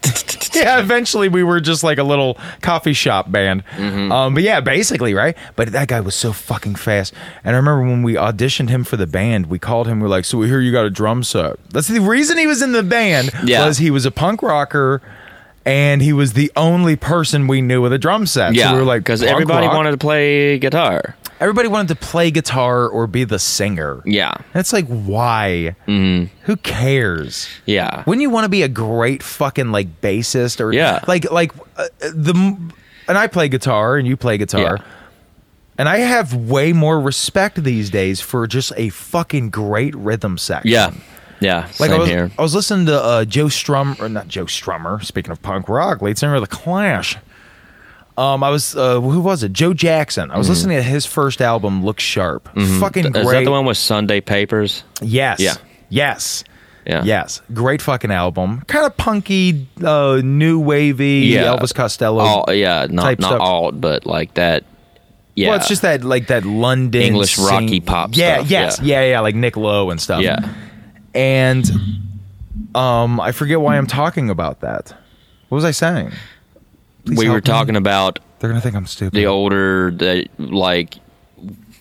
Speaker 2: yeah, eventually we were just like a little coffee shop band.
Speaker 3: Mm-hmm.
Speaker 2: Um, but yeah, basically, right? But that guy was so fucking fast. And I remember when we auditioned him for the band, we called him. We are like, "So we hear you got a drum set." That's the reason he was in the band.
Speaker 3: Yeah.
Speaker 2: was he was a punk rocker. And he was the only person we knew with a drum set.
Speaker 3: Yeah,
Speaker 2: so we were like,
Speaker 3: because
Speaker 2: "Punk
Speaker 3: everybody
Speaker 2: rock?"
Speaker 3: wanted to play guitar.
Speaker 2: everybody wanted to play guitar or be the singer.
Speaker 3: Yeah, Mm-hmm.
Speaker 2: That's like why? Who cares?
Speaker 3: yeah,
Speaker 2: Wouldn't you want to be a great fucking like bassist or
Speaker 3: Yeah.
Speaker 2: Like like uh, the m- and I play guitar and you play guitar.
Speaker 3: Yeah.
Speaker 2: And I have way more respect these days for just a fucking great rhythm section.
Speaker 3: yeah, yeah.
Speaker 2: Like
Speaker 3: same
Speaker 2: I was,
Speaker 3: here.
Speaker 2: I was listening to uh, Joe Strum or not Joe Strummer. Speaking of punk rock, lead singer of the Clash. Um, I was uh, who was it? Joe Jackson. I was listening to his first album, Look Sharp. Fucking great.
Speaker 3: Mm-hmm. Is that the one with Sunday Papers?
Speaker 2: Yes.
Speaker 3: Yeah.
Speaker 2: Yes.
Speaker 3: Yeah.
Speaker 2: Yes. Great fucking album. Kind of punky, uh, new wavy,
Speaker 3: Yeah. Oh,
Speaker 2: Elvis Costello.
Speaker 3: All, yeah, not
Speaker 2: type
Speaker 3: not
Speaker 2: stuff.
Speaker 3: alt, but like that. Yeah,
Speaker 2: Well, it's just that like that London
Speaker 3: English
Speaker 2: scene-
Speaker 3: rocky pop
Speaker 2: Yeah,
Speaker 3: stuff,
Speaker 2: yes, yeah.
Speaker 3: yeah.
Speaker 2: yeah, like Nick Lowe and stuff.
Speaker 3: Yeah.
Speaker 2: and um, I forget why I'm talking about that. What was I saying? Please
Speaker 3: we
Speaker 2: help
Speaker 3: were
Speaker 2: me.
Speaker 3: talking about
Speaker 2: They're gonna think I'm stupid.
Speaker 3: the older that like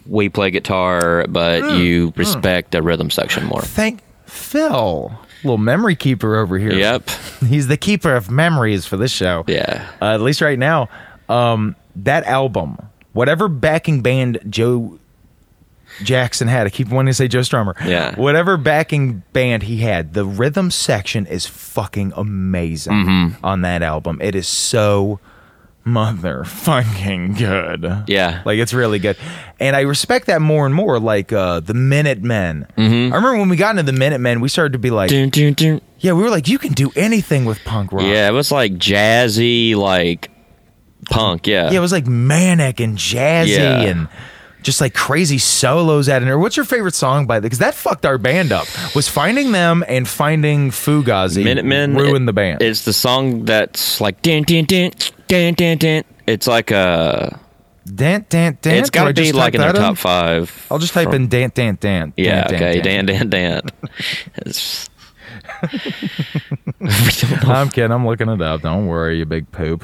Speaker 3: we play guitar, but
Speaker 2: Mm.
Speaker 3: you respect the rhythm section more.
Speaker 2: Thank Phil, little memory keeper over here.
Speaker 3: Yep.
Speaker 2: he's the keeper of memories for this show.
Speaker 3: Yeah.
Speaker 2: uh, at least right now. Um, that album, whatever backing band Joe Jackson had, I keep wanting to say Joe Strummer.
Speaker 3: Yeah.
Speaker 2: whatever backing band he had, the rhythm section is fucking amazing
Speaker 3: Mm-hmm.
Speaker 2: on that album. It is so motherfucking good.
Speaker 3: Yeah.
Speaker 2: like it's really good, and I respect that more and more. Like uh, the Minutemen.
Speaker 3: Mm-hmm.
Speaker 2: I remember when we got into the Minutemen, we started to be like,
Speaker 3: Dun, dun, dun.
Speaker 2: yeah, we were like, you can do anything with punk rock.
Speaker 3: Yeah, it was like jazzy, like punk. Yeah.
Speaker 2: Yeah, it was like manic and jazzy
Speaker 3: Yeah.
Speaker 2: and just like crazy solos at it. Or what's your favorite song by the? Because that fucked our band up. Was finding them and finding Fugazi
Speaker 3: Minutemen
Speaker 2: ruined
Speaker 3: it-
Speaker 2: the band?
Speaker 3: It's the song that's like din din din din din din. It's like a.
Speaker 2: dant dant dant.
Speaker 3: it's
Speaker 2: Do I
Speaker 3: got to be
Speaker 2: just
Speaker 3: like
Speaker 2: type
Speaker 3: in the
Speaker 2: that
Speaker 3: top five.
Speaker 2: I'll just type in dant dant dant.
Speaker 3: Yeah.
Speaker 2: dant,
Speaker 3: okay.
Speaker 2: dant.
Speaker 3: Dan dan dan. It's-
Speaker 2: I'm kidding. I'm looking it up. Don't worry, you big poop.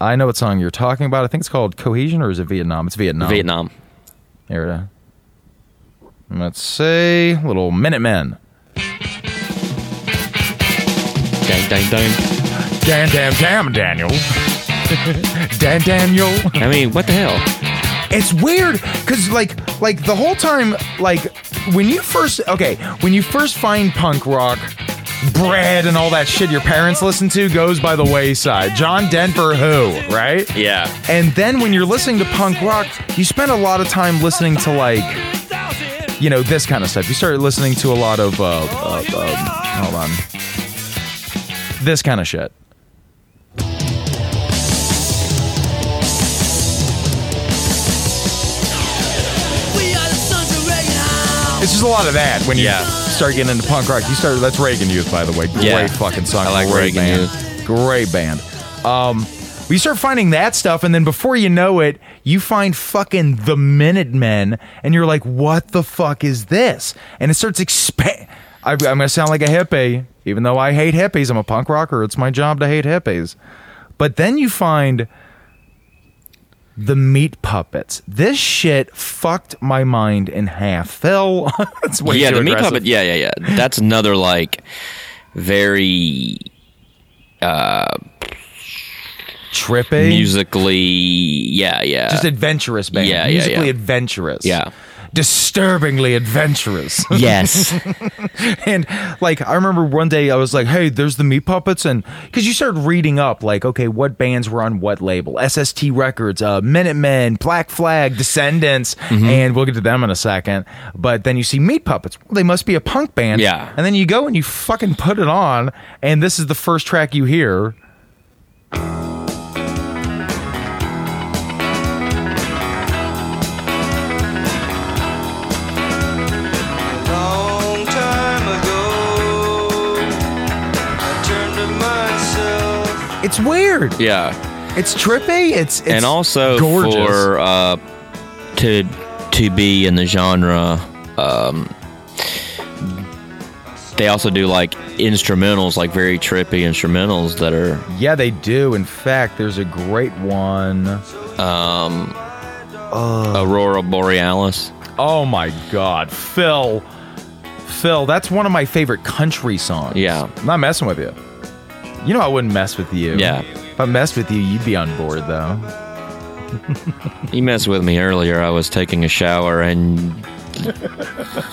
Speaker 2: I know what song you're talking about. I think it's called Cohesion, or is it Vietnam? It's Vietnam.
Speaker 3: Vietnam.
Speaker 2: Here it is. Let's see, little Minutemen.
Speaker 3: Dang dang dang.
Speaker 2: Dan, damn, damn, Daniel. Dan, Daniel.
Speaker 3: I mean, what the hell?
Speaker 2: It's weird because, like, like the whole time, like when you first, okay, when you first find punk rock, bread and all that shit your parents listen to goes by the wayside. John Denver, who, right?
Speaker 3: Yeah.
Speaker 2: And then when you're listening to punk rock, you spend a lot of time listening to like, you know, this kind of stuff. You start listening to a lot of, uh, uh, um, hold on, this kind of shit. It's just a lot of that when you
Speaker 3: Yeah.
Speaker 2: start getting into punk rock. You start that's Reagan Youth, by the way. Great
Speaker 3: Yeah.
Speaker 2: fucking song.
Speaker 3: I like
Speaker 2: Great
Speaker 3: Reagan
Speaker 2: band.
Speaker 3: Youth.
Speaker 2: Great band. Um, we start finding that stuff, and then before you know it, you find fucking the Minutemen, and you're like, "What the fuck is this?" And it starts expand. I'm gonna sound like a hippie, even though I hate hippies. I'm a punk rocker. It's my job to hate hippies. But then you find the meat puppets. This shit fucked my mind in half. Phil, that's way
Speaker 3: yeah,
Speaker 2: too
Speaker 3: the meat
Speaker 2: aggressive.
Speaker 3: puppet. Yeah, yeah, yeah. That's another like very
Speaker 2: trippy,
Speaker 3: musically. Yeah, yeah.
Speaker 2: just adventurous band,
Speaker 3: Yeah, yeah,
Speaker 2: musically
Speaker 3: yeah.
Speaker 2: adventurous.
Speaker 3: Yeah.
Speaker 2: disturbingly adventurous.
Speaker 3: Yes.
Speaker 2: and like I remember one day I was like, "Hey, there's the Meat Puppets," and because you started reading up, like, okay, what bands were on what label? SST Records, uh, Minutemen, Black Flag, Descendants,
Speaker 3: Mm-hmm.
Speaker 2: and we'll get to them in a second. But then you see Meat Puppets; well, they must be a punk band,
Speaker 3: Yeah.
Speaker 2: And then you go and you fucking put it on, and this is the first track you hear.
Speaker 5: Long time ago, I turned to myself.
Speaker 2: It's weird.
Speaker 3: yeah.
Speaker 2: It's trippy. It's, it's
Speaker 3: and also
Speaker 2: gorgeous.
Speaker 3: for uh, to to be in the genre, um, they also do like instrumentals, like very trippy instrumentals that are
Speaker 2: yeah, they do. In fact, there's a great one.
Speaker 3: Aurora Borealis.
Speaker 2: Oh my God, Phil. Phil, that's one of my favorite country songs.
Speaker 3: Yeah.
Speaker 2: I'm not messing with you. You know I wouldn't mess with you.
Speaker 3: Yeah.
Speaker 2: If I messed with you, you'd be on board though.
Speaker 3: You messed with me earlier. I was taking a shower and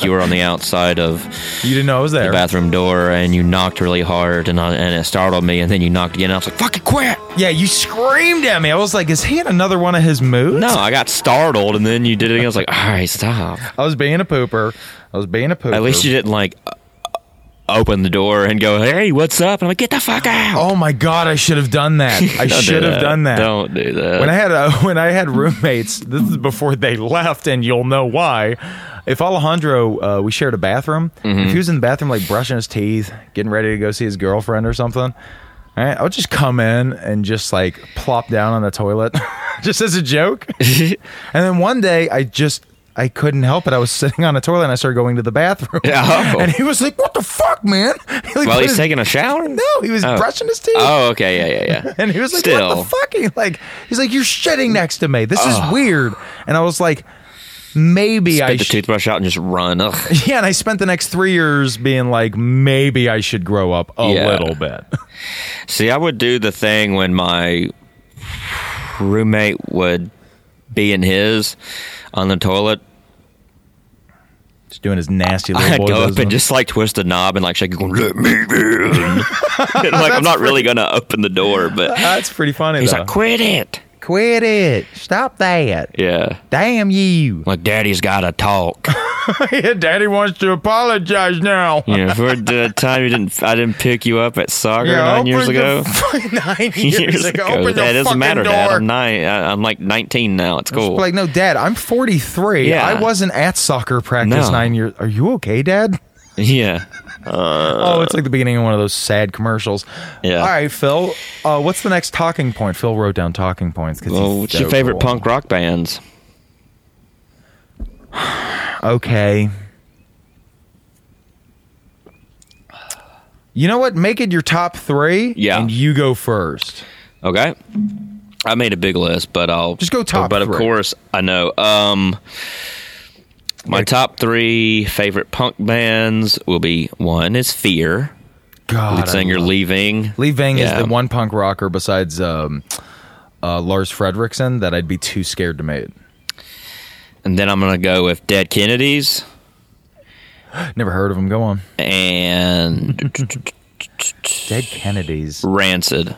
Speaker 3: you were on the outside of
Speaker 2: You didn't know I was there.
Speaker 3: the bathroom door and you knocked really hard and I, and it startled me and then you knocked again and I was like fucking quit.
Speaker 2: yeah, you screamed at me. I was like, is he in another one of his moods?
Speaker 3: No, I got startled and then you did it again. I was like, all right, stop.
Speaker 2: I was being a pooper. I was being a pooper.
Speaker 3: At least you didn't like uh, open the door and go, "Hey, what's up?" And I'm like, "Get the fuck out!"
Speaker 2: Oh my God, I should have done that. I
Speaker 3: Don't do
Speaker 2: should have done that.
Speaker 3: uh, Don't do that.
Speaker 2: when I had uh when I had roommates, this is before they left, and you'll know why. If Alejandro, uh, we shared a bathroom. If he was in the bathroom, like brushing his teeth, getting ready to go see his girlfriend or something, all right, I would just come in and just like plop down on the toilet, just as a joke. and then one day, I just I couldn't help it. I was sitting on a toilet and I started going to the bathroom.
Speaker 3: Yeah.
Speaker 2: and he was like, "What the fuck, man?" He, like,
Speaker 3: While
Speaker 2: put
Speaker 3: he's
Speaker 2: his-
Speaker 3: taking a shower.
Speaker 2: no, he was
Speaker 3: Oh.
Speaker 2: brushing his teeth.
Speaker 3: Oh, okay, yeah, yeah, yeah.
Speaker 2: And he was like,
Speaker 3: "Still,
Speaker 2: "What the fuck?" He like, he's like, "You're shitting next to me. This is weird." And I was like, "Maybe I
Speaker 3: Get the
Speaker 2: should."
Speaker 3: toothbrush out and just run. Ugh.
Speaker 2: yeah, and I spent the next three years being like, "Maybe I should grow up a
Speaker 3: Yeah.
Speaker 2: little bit."
Speaker 3: See, I would do the thing when my roommate would be in his on the toilet.
Speaker 2: Just doing his nasty little
Speaker 3: I'd
Speaker 2: boy
Speaker 3: go up
Speaker 2: business.
Speaker 3: and just like twist the knob and like shake it, going, "Let me in." And, like I'm not really gonna open the door, but
Speaker 2: That's pretty funny.
Speaker 3: he's
Speaker 2: though.
Speaker 3: like, "Quit it."
Speaker 2: "Quit it! Stop that!
Speaker 3: Yeah.
Speaker 2: Damn you!"
Speaker 3: Like, daddy's got to talk.
Speaker 2: Daddy wants to apologize now.
Speaker 3: You know, for the time you didn't, I didn't pick you up at soccer nine
Speaker 2: open
Speaker 3: years
Speaker 2: the
Speaker 3: ago.
Speaker 2: f- nine years, ago. Open the
Speaker 3: that doesn't
Speaker 2: fucking
Speaker 3: matter,
Speaker 2: door.
Speaker 3: Dad. I'm nine. I, I'm like 19 now. It's cool.
Speaker 2: Like, no, Dad, I'm 43.
Speaker 3: Yeah.
Speaker 2: I wasn't at soccer practice
Speaker 3: No.
Speaker 2: nine years. Are you okay, Dad?
Speaker 3: yeah,
Speaker 2: oh, it's like the beginning of one of those sad commercials.
Speaker 3: Uh, Yeah.
Speaker 2: All right, Phil. Uh, what's the next talking point? Phil wrote down talking points. 'cause
Speaker 3: Well,
Speaker 2: he's
Speaker 3: what's
Speaker 2: so
Speaker 3: your favorite
Speaker 2: cool.
Speaker 3: punk rock bands?
Speaker 2: Okay. You know what? Make it your top three.
Speaker 3: Yeah.
Speaker 2: And you go first.
Speaker 3: Okay, I made a big list, but I'll
Speaker 2: Just go top
Speaker 3: But of
Speaker 2: three.
Speaker 3: course, I know. Um, my top three favorite punk bands will be one is Fear.
Speaker 2: God. I
Speaker 3: Lead singer
Speaker 2: love-
Speaker 3: Lee Ving.
Speaker 2: Lee Vang
Speaker 3: Yeah.
Speaker 2: is the one punk rocker besides um, uh, Lars Fredrickson that I'd be too scared to meet.
Speaker 3: and then I'm gonna go with Dead Kennedys.
Speaker 2: Never heard of him. Go on.
Speaker 3: and
Speaker 2: Dead Kennedys.
Speaker 3: Rancid.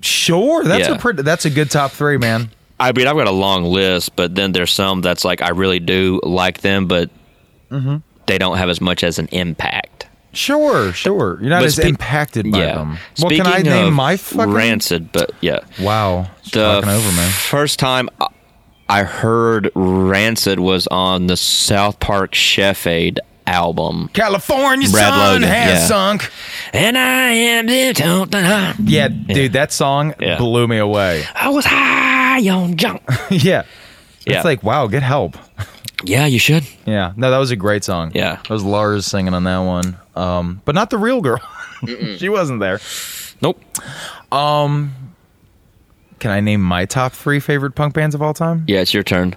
Speaker 2: Sure, that's
Speaker 3: Yeah.
Speaker 2: a pretty. That's a good top three, man.
Speaker 3: I mean, I've got a long list, but then there's some that's like I really do like them, but
Speaker 2: Mm-hmm.
Speaker 3: they don't have as much as an impact.
Speaker 2: Sure, sure. You're not
Speaker 3: But
Speaker 2: as
Speaker 3: spe-
Speaker 2: impacted by
Speaker 3: yeah.
Speaker 2: them. Well, can I
Speaker 3: Speaking
Speaker 2: name
Speaker 3: of
Speaker 2: my fucking
Speaker 3: Rancid? But yeah,
Speaker 2: Wow, it's
Speaker 3: the
Speaker 2: fucking over, man.
Speaker 3: first time I- I heard Rancid was on the South Park Chef Aid album,
Speaker 2: California
Speaker 3: Brad
Speaker 2: sun
Speaker 3: Logan,
Speaker 2: has
Speaker 3: yeah.
Speaker 2: sunk.
Speaker 3: and I am the
Speaker 2: Yeah, dude, that song
Speaker 3: Yeah.
Speaker 2: blew me away.
Speaker 3: I was high on junk.
Speaker 2: yeah.
Speaker 3: Yeah.
Speaker 2: it's like wow, get help.
Speaker 3: Yeah, you should.
Speaker 2: Yeah, no, that was a great song.
Speaker 3: Yeah.
Speaker 2: that was Lars singing on that one. Um, but not the real girl. she wasn't there.
Speaker 3: Nope.
Speaker 2: Can I name my top three favorite punk bands of all time?
Speaker 3: Yeah, it's your turn.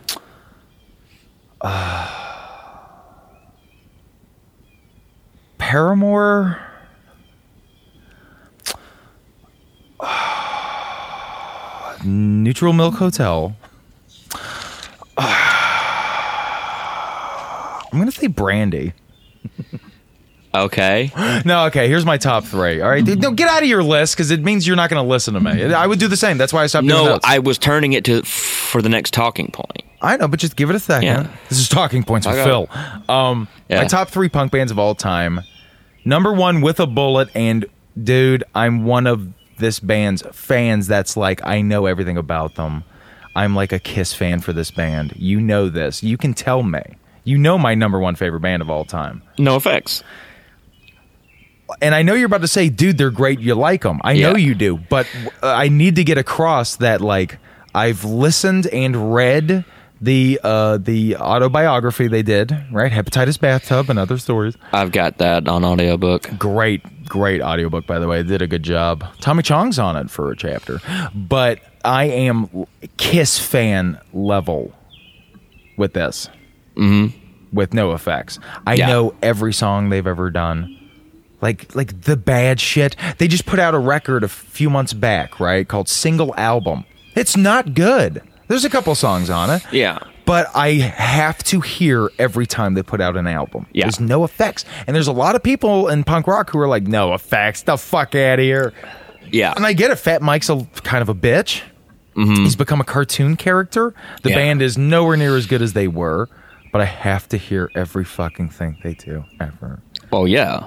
Speaker 2: Paramore. Neutral Milk Hotel. I'm gonna say Brandy.
Speaker 3: Okay.
Speaker 2: No, okay. Here's my top three. All right, dude, no, get out of your list because it means you're not gonna listen to me. I would do the same. That's why I stopped. doing
Speaker 3: No,
Speaker 2: notes.
Speaker 3: I was turning it to for the next talking point.
Speaker 2: I know, but just give it a second.
Speaker 3: Yeah.
Speaker 2: This is talking points with
Speaker 3: I
Speaker 2: Phil.
Speaker 3: got
Speaker 2: Um,
Speaker 3: Yeah.
Speaker 2: My top three punk bands of all time. Number one, With a Bullet, and dude, I'm one of this band's fans. That's like I know everything about them. I'm like a Kiss fan for this band. You know this. You can tell me. You know my number one favorite band of all time.
Speaker 3: No effects.
Speaker 2: And I know you're about to say, dude, they're great. You like them. I know
Speaker 3: Yeah.
Speaker 2: you do. But w- I need to get across that, like, I've listened and read the uh, the autobiography they did, right? Hepatitis Bathtub and other stories.
Speaker 3: I've got that on audiobook.
Speaker 2: Great, great audiobook, by the way. Did a good job. Tommy Chong's on it for a chapter. But I am Kiss fan level with this, mm-hmm. with no effects. I
Speaker 3: Yeah.
Speaker 2: know every song they've ever done like like the bad shit. They just put out a record a few months back, right? Called Single Album. It's not good. There's a couple songs on it.
Speaker 3: Yeah.
Speaker 2: But I have to hear every time they put out an album.
Speaker 3: Yeah.
Speaker 2: There's no effects. And there's a lot of people in punk rock who are like, no effects, the fuck out of here.
Speaker 3: Yeah.
Speaker 2: And I get it. Fat Mike's a kind of a bitch. He's become a cartoon character. The
Speaker 3: Mm-hmm. Yeah.
Speaker 2: band is nowhere near as good as they were, but I have to hear every fucking thing they do ever.
Speaker 3: Oh yeah.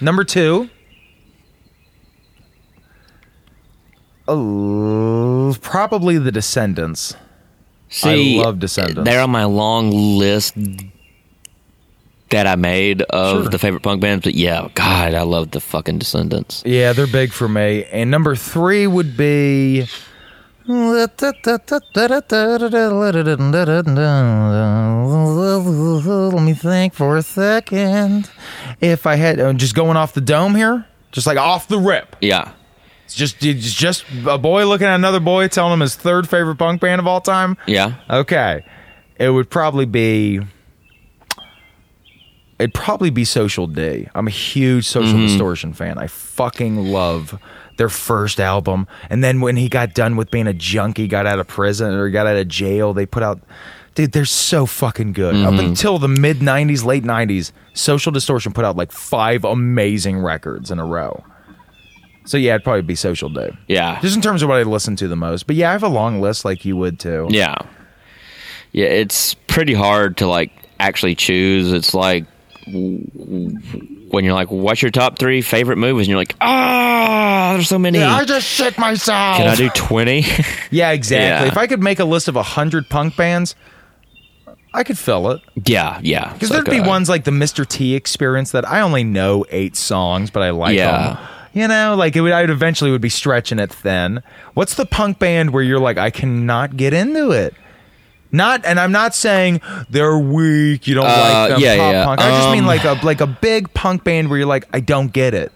Speaker 2: Number two. Oh, probably the Descendants.
Speaker 3: See,
Speaker 2: love Descendants.
Speaker 3: They're on my long list that I made of
Speaker 2: Sure.
Speaker 3: the favorite punk bands. But yeah, God, I love the fucking Descendants.
Speaker 2: Yeah, they're big for me. And number three would be. Let me think for a second. If I had uh, just going off the dome here, just like off the rip,
Speaker 3: Yeah.
Speaker 2: it's just it's just a boy looking at another boy, telling him his third favorite punk band of all time.
Speaker 3: Yeah.
Speaker 2: Okay. It would probably be it'd probably be Social D. I'm a huge Social Distortion fan. I fucking love their first album. And then when he got done with being a junkie, got out of prison or got out of jail, they put out Dude, they're so fucking good. Up until the mid 90s, late 90s, Social Distortion put out like five amazing records in a row. So yeah, it'd probably be Social D.
Speaker 3: Yeah.
Speaker 2: Just in terms of what I listen to the most. But yeah, I have a long list like you would too.
Speaker 3: Yeah. Yeah, it's pretty hard to like actually choose. It's like w- w- when you're like, "What's your top three favorite movies?" and you're like, "Ah, there's so many."
Speaker 2: just shit myself.
Speaker 3: Can I do twenty?
Speaker 2: yeah, exactly.
Speaker 3: Yeah.
Speaker 2: If I could make a list of hundred punk bands, I could fill it.
Speaker 3: yeah, yeah.
Speaker 2: Because
Speaker 3: So
Speaker 2: there'd be
Speaker 3: good.
Speaker 2: ones like the Mr. T Experience that I only know eight songs, but I like
Speaker 3: Yeah.
Speaker 2: them. You know, like it would, I would eventually would be stretching it thin. What's the punk band where you're like, I cannot get into it? Not, and I'm not saying they're weak. You don't
Speaker 3: Uh,
Speaker 2: like them.
Speaker 3: yeah,
Speaker 2: pop
Speaker 3: yeah,
Speaker 2: punk. I just mean
Speaker 3: um,
Speaker 2: like a like a big punk band where you're like, I don't get it.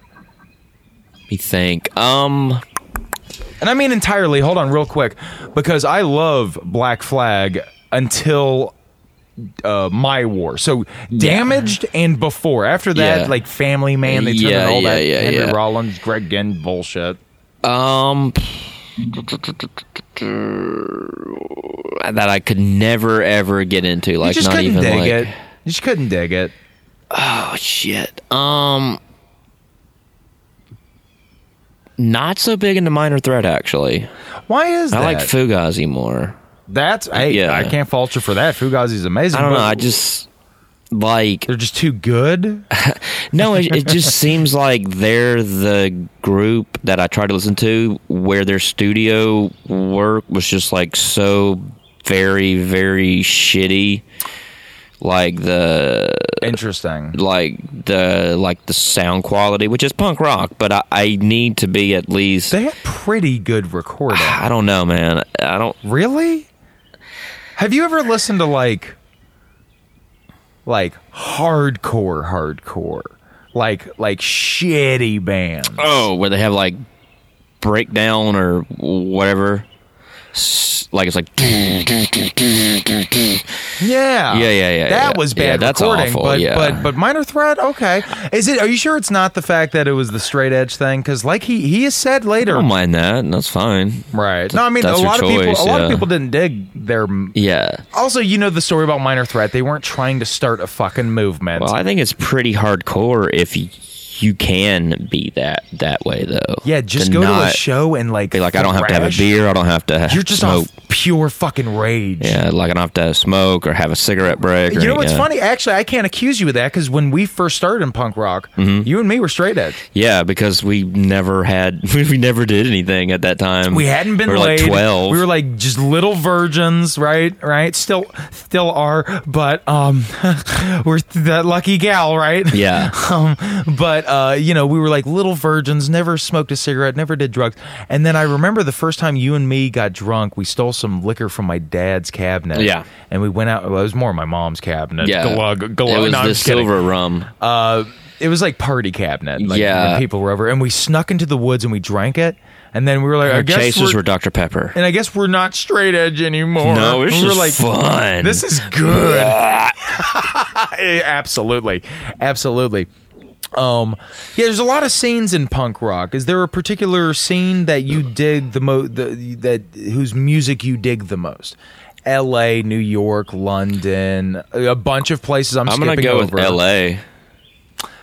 Speaker 3: Let me think. Um,
Speaker 2: And I mean entirely. Hold on, real quick, because I love Black Flag until uh, My War. So damaged and before. After that,
Speaker 3: Yeah.
Speaker 2: like Family Man, they turned
Speaker 3: Yeah,
Speaker 2: in all
Speaker 3: yeah,
Speaker 2: that
Speaker 3: yeah,
Speaker 2: Henry
Speaker 3: yeah.
Speaker 2: Rollins, Greg Ginn bullshit.
Speaker 3: um, that I could never ever get into.
Speaker 2: You
Speaker 3: Like,
Speaker 2: just
Speaker 3: not
Speaker 2: couldn't
Speaker 3: even
Speaker 2: dig
Speaker 3: like.
Speaker 2: it. You just couldn't dig it.
Speaker 3: Oh shit. Um not so big into minor threat actually.
Speaker 2: Why is
Speaker 3: I
Speaker 2: that?
Speaker 3: like Fugazi more.
Speaker 2: That's hey,
Speaker 3: Yeah.
Speaker 2: I can't fault you for that. Fugazi's amazing.
Speaker 3: I don't
Speaker 2: but
Speaker 3: know, I just like
Speaker 2: they're just too good.
Speaker 3: no, it, it just seems like they're the group that I try to listen to where their studio work was just like so very very shitty. Like the
Speaker 2: Interesting.
Speaker 3: like the like the sound quality, which is punk rock, but I, I need to be at least
Speaker 2: They had pretty good recording.
Speaker 3: I don't know, man. I don't.
Speaker 2: Really? Have you ever listened to like like hardcore hardcore? Like like shitty bands.
Speaker 3: Uh, Oh, where they have like breakdown or whatever. s- like it's like yeah,
Speaker 2: Yeah.
Speaker 3: Yeah, yeah, yeah,
Speaker 2: That
Speaker 3: yeah.
Speaker 2: was bad
Speaker 3: Yeah, that's
Speaker 2: recording,
Speaker 3: awful,
Speaker 2: but
Speaker 3: yeah.
Speaker 2: but but minor threat. Okay, is it? Are you sure it's not the fact that it was the straight edge thing? Because like he he has said
Speaker 3: I
Speaker 2: later,
Speaker 3: don't mind that. That's fine.
Speaker 2: right?
Speaker 3: Th-
Speaker 2: No, I mean a
Speaker 3: Oh that's your
Speaker 2: lot of people
Speaker 3: choice,
Speaker 2: a lot of
Speaker 3: yeah.
Speaker 2: people didn't dig their.
Speaker 3: Yeah.
Speaker 2: Also, you know the story about minor threat. They weren't trying to start a fucking movement.
Speaker 3: Well, I think it's pretty hardcore if y- you can be that that way though.
Speaker 2: yeah, just go to a show and like
Speaker 3: Be like, I don't have to have a
Speaker 2: thrash.
Speaker 3: beer. I don't have to.
Speaker 2: You're just
Speaker 3: smoke.
Speaker 2: on pure fucking rage.
Speaker 3: Yeah, like I don't have to smoke or have a cigarette break. Or,
Speaker 2: You know what's
Speaker 3: yeah.
Speaker 2: funny? Actually, I can't accuse you of that because when we first started in punk rock,
Speaker 3: Mm-hmm.
Speaker 2: you and me were straight edge.
Speaker 3: Yeah, because we never had, we never did anything at that time.
Speaker 2: We hadn't been
Speaker 3: we were
Speaker 2: laid.
Speaker 3: like twelve.
Speaker 2: We were like just little virgins, right? Right? Still, still are, but um, we're that lucky gal, right?
Speaker 3: yeah,
Speaker 2: Um, but uh, you know, we were like little virgins, never smoked a cigarette, never did drugs. And then I remember the first time you and me got drunk, we stole some liquor from my dad's cabinet.
Speaker 3: Yeah.
Speaker 2: and we went out. Well, it was more my mom's cabinet.
Speaker 3: yeah.
Speaker 2: glug, glug.
Speaker 3: It was
Speaker 2: no, I'm
Speaker 3: the
Speaker 2: just kidding.
Speaker 3: silver rum.
Speaker 2: Uh, it was like party cabinet. Like
Speaker 3: Yeah.
Speaker 2: when people were over, and we snuck into the woods and we drank it. And then we were like, I
Speaker 3: Our
Speaker 2: guess
Speaker 3: chasers
Speaker 2: we're
Speaker 3: were Dr Pepper.
Speaker 2: and I guess we're not straight edge anymore.
Speaker 3: No, it's
Speaker 2: And we were
Speaker 3: just fun.
Speaker 2: This is good. absolutely, absolutely. Um, yeah, there's a lot of scenes in punk rock. Is there a particular scene that you dig the most? The, that whose music you dig the most? L.A., New York, London, a bunch of places. I'm,
Speaker 3: I'm
Speaker 2: skipping
Speaker 3: gonna go
Speaker 2: over.
Speaker 3: with L.A.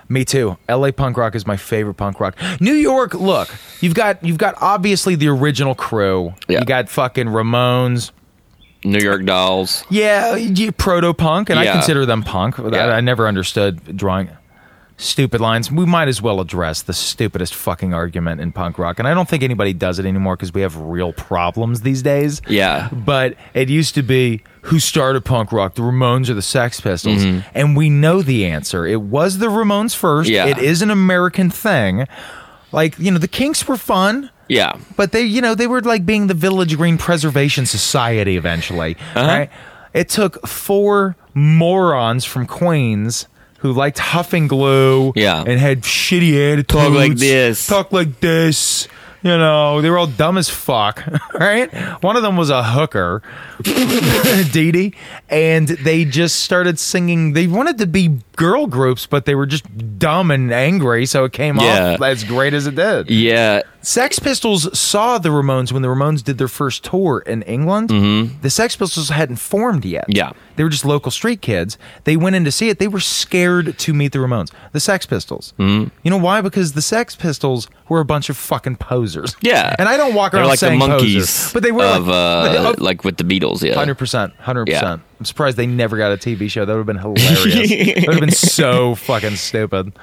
Speaker 2: Me too. LA punk rock is my favorite punk rock. New York, look, you've got you've got obviously the original crew.
Speaker 3: Yeah.
Speaker 2: You got fucking Ramones.
Speaker 3: New York Dolls.
Speaker 2: Yeah, you proto punk, and I
Speaker 3: Yeah.
Speaker 2: consider them punk. I-
Speaker 3: Yeah.
Speaker 2: I, never understood drawing stupid lines. We might as well address the stupidest fucking argument in punk rock, and I don't think anybody does it anymore because we have real problems these days.
Speaker 3: Yeah.
Speaker 2: but it used to be who started punk rock, the Ramones or the Sex Pistols,
Speaker 3: Mm-hmm.
Speaker 2: and we know the answer. It was the Ramones first.
Speaker 3: Yeah.
Speaker 2: it is an American thing. Like you know, the Kinks were fun.
Speaker 3: Yeah.
Speaker 2: But they, you know, they were like being the Village Green Preservation Society eventually.
Speaker 3: Uh-huh.
Speaker 2: Right? It took four morons from Queens who liked huffing glue
Speaker 3: Yeah.
Speaker 2: and had shitty attitudes.
Speaker 3: Talk like this.
Speaker 2: Talk like this. You know, they were all dumb as fuck, right? One of them was a hooker, Dee Dee, and they just started singing. They wanted to be girl groups, but they were just dumb and angry, so it came
Speaker 3: Yeah.
Speaker 2: off as great as it did.
Speaker 3: Yeah.
Speaker 2: Sex Pistols saw the Ramones when the Ramones did their first tour in England. The Sex Pistols hadn't formed yet.
Speaker 3: Mm-hmm. Yeah.
Speaker 2: They were just local street kids. They went in to see it. They were scared to meet the Ramones. The Sex Pistols.
Speaker 3: Mm-hmm.
Speaker 2: Mm. You know why? Because the Sex Pistols were a bunch of fucking posers.
Speaker 3: Yeah.
Speaker 2: And I don't walk
Speaker 3: They're
Speaker 2: around
Speaker 3: like the
Speaker 2: saying
Speaker 3: monkeys,
Speaker 2: poser, but they were
Speaker 3: of,
Speaker 2: like, Oh,
Speaker 3: uh, like with the Beatles. Yeah.
Speaker 2: Hundred percent, hundred
Speaker 3: Yeah.
Speaker 2: percent. I'm surprised they never got a TV show. That would have been hilarious. that would have been so fucking stupid.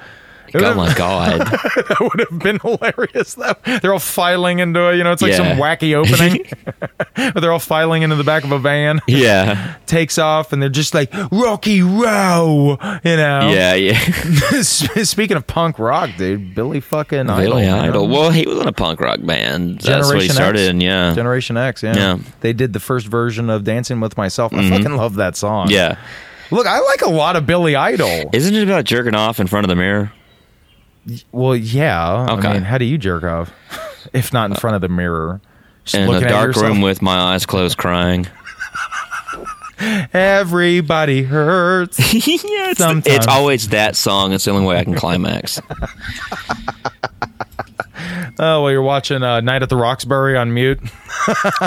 Speaker 2: It would
Speaker 3: Oh
Speaker 2: have-
Speaker 3: my god.
Speaker 2: that would have been hilarious though. They're all filing into a, you know, it's like
Speaker 3: Yeah.
Speaker 2: some wacky opening. but they're all filing into the back of a van,
Speaker 3: yeah.
Speaker 2: takes off, and they're just like Rocky Row, you know.
Speaker 3: Yeah. Yeah.
Speaker 2: Speaking of punk rock, dude, Billy fucking
Speaker 3: Billy
Speaker 2: Idol. you
Speaker 3: Idol.
Speaker 2: know?
Speaker 3: Well, he was in a punk rock band. That's what he
Speaker 2: Generation
Speaker 3: started
Speaker 2: X.
Speaker 3: in. Yeah.
Speaker 2: Generation X, yeah.
Speaker 3: Yeah. Mm-hmm.
Speaker 2: They did the first version of Dancing with Myself. I fucking love that song.
Speaker 3: yeah.
Speaker 2: Look, I like a lot of Billy Idol.
Speaker 3: Isn't it about jerking off in front of the mirror?
Speaker 2: Well, yeah. I
Speaker 3: Okay.
Speaker 2: mean, how do you jerk off? if not in front of the mirror. Just
Speaker 3: In a
Speaker 2: looking at
Speaker 3: dark
Speaker 2: yourself.
Speaker 3: room with my eyes closed, crying.
Speaker 2: Everybody hurts.
Speaker 3: yeah, it's, the-
Speaker 2: Sometimes.
Speaker 3: it's always that song. It's the only way I can climax.
Speaker 2: Oh, well, you're watching uh, Night at the Roxbury on mute.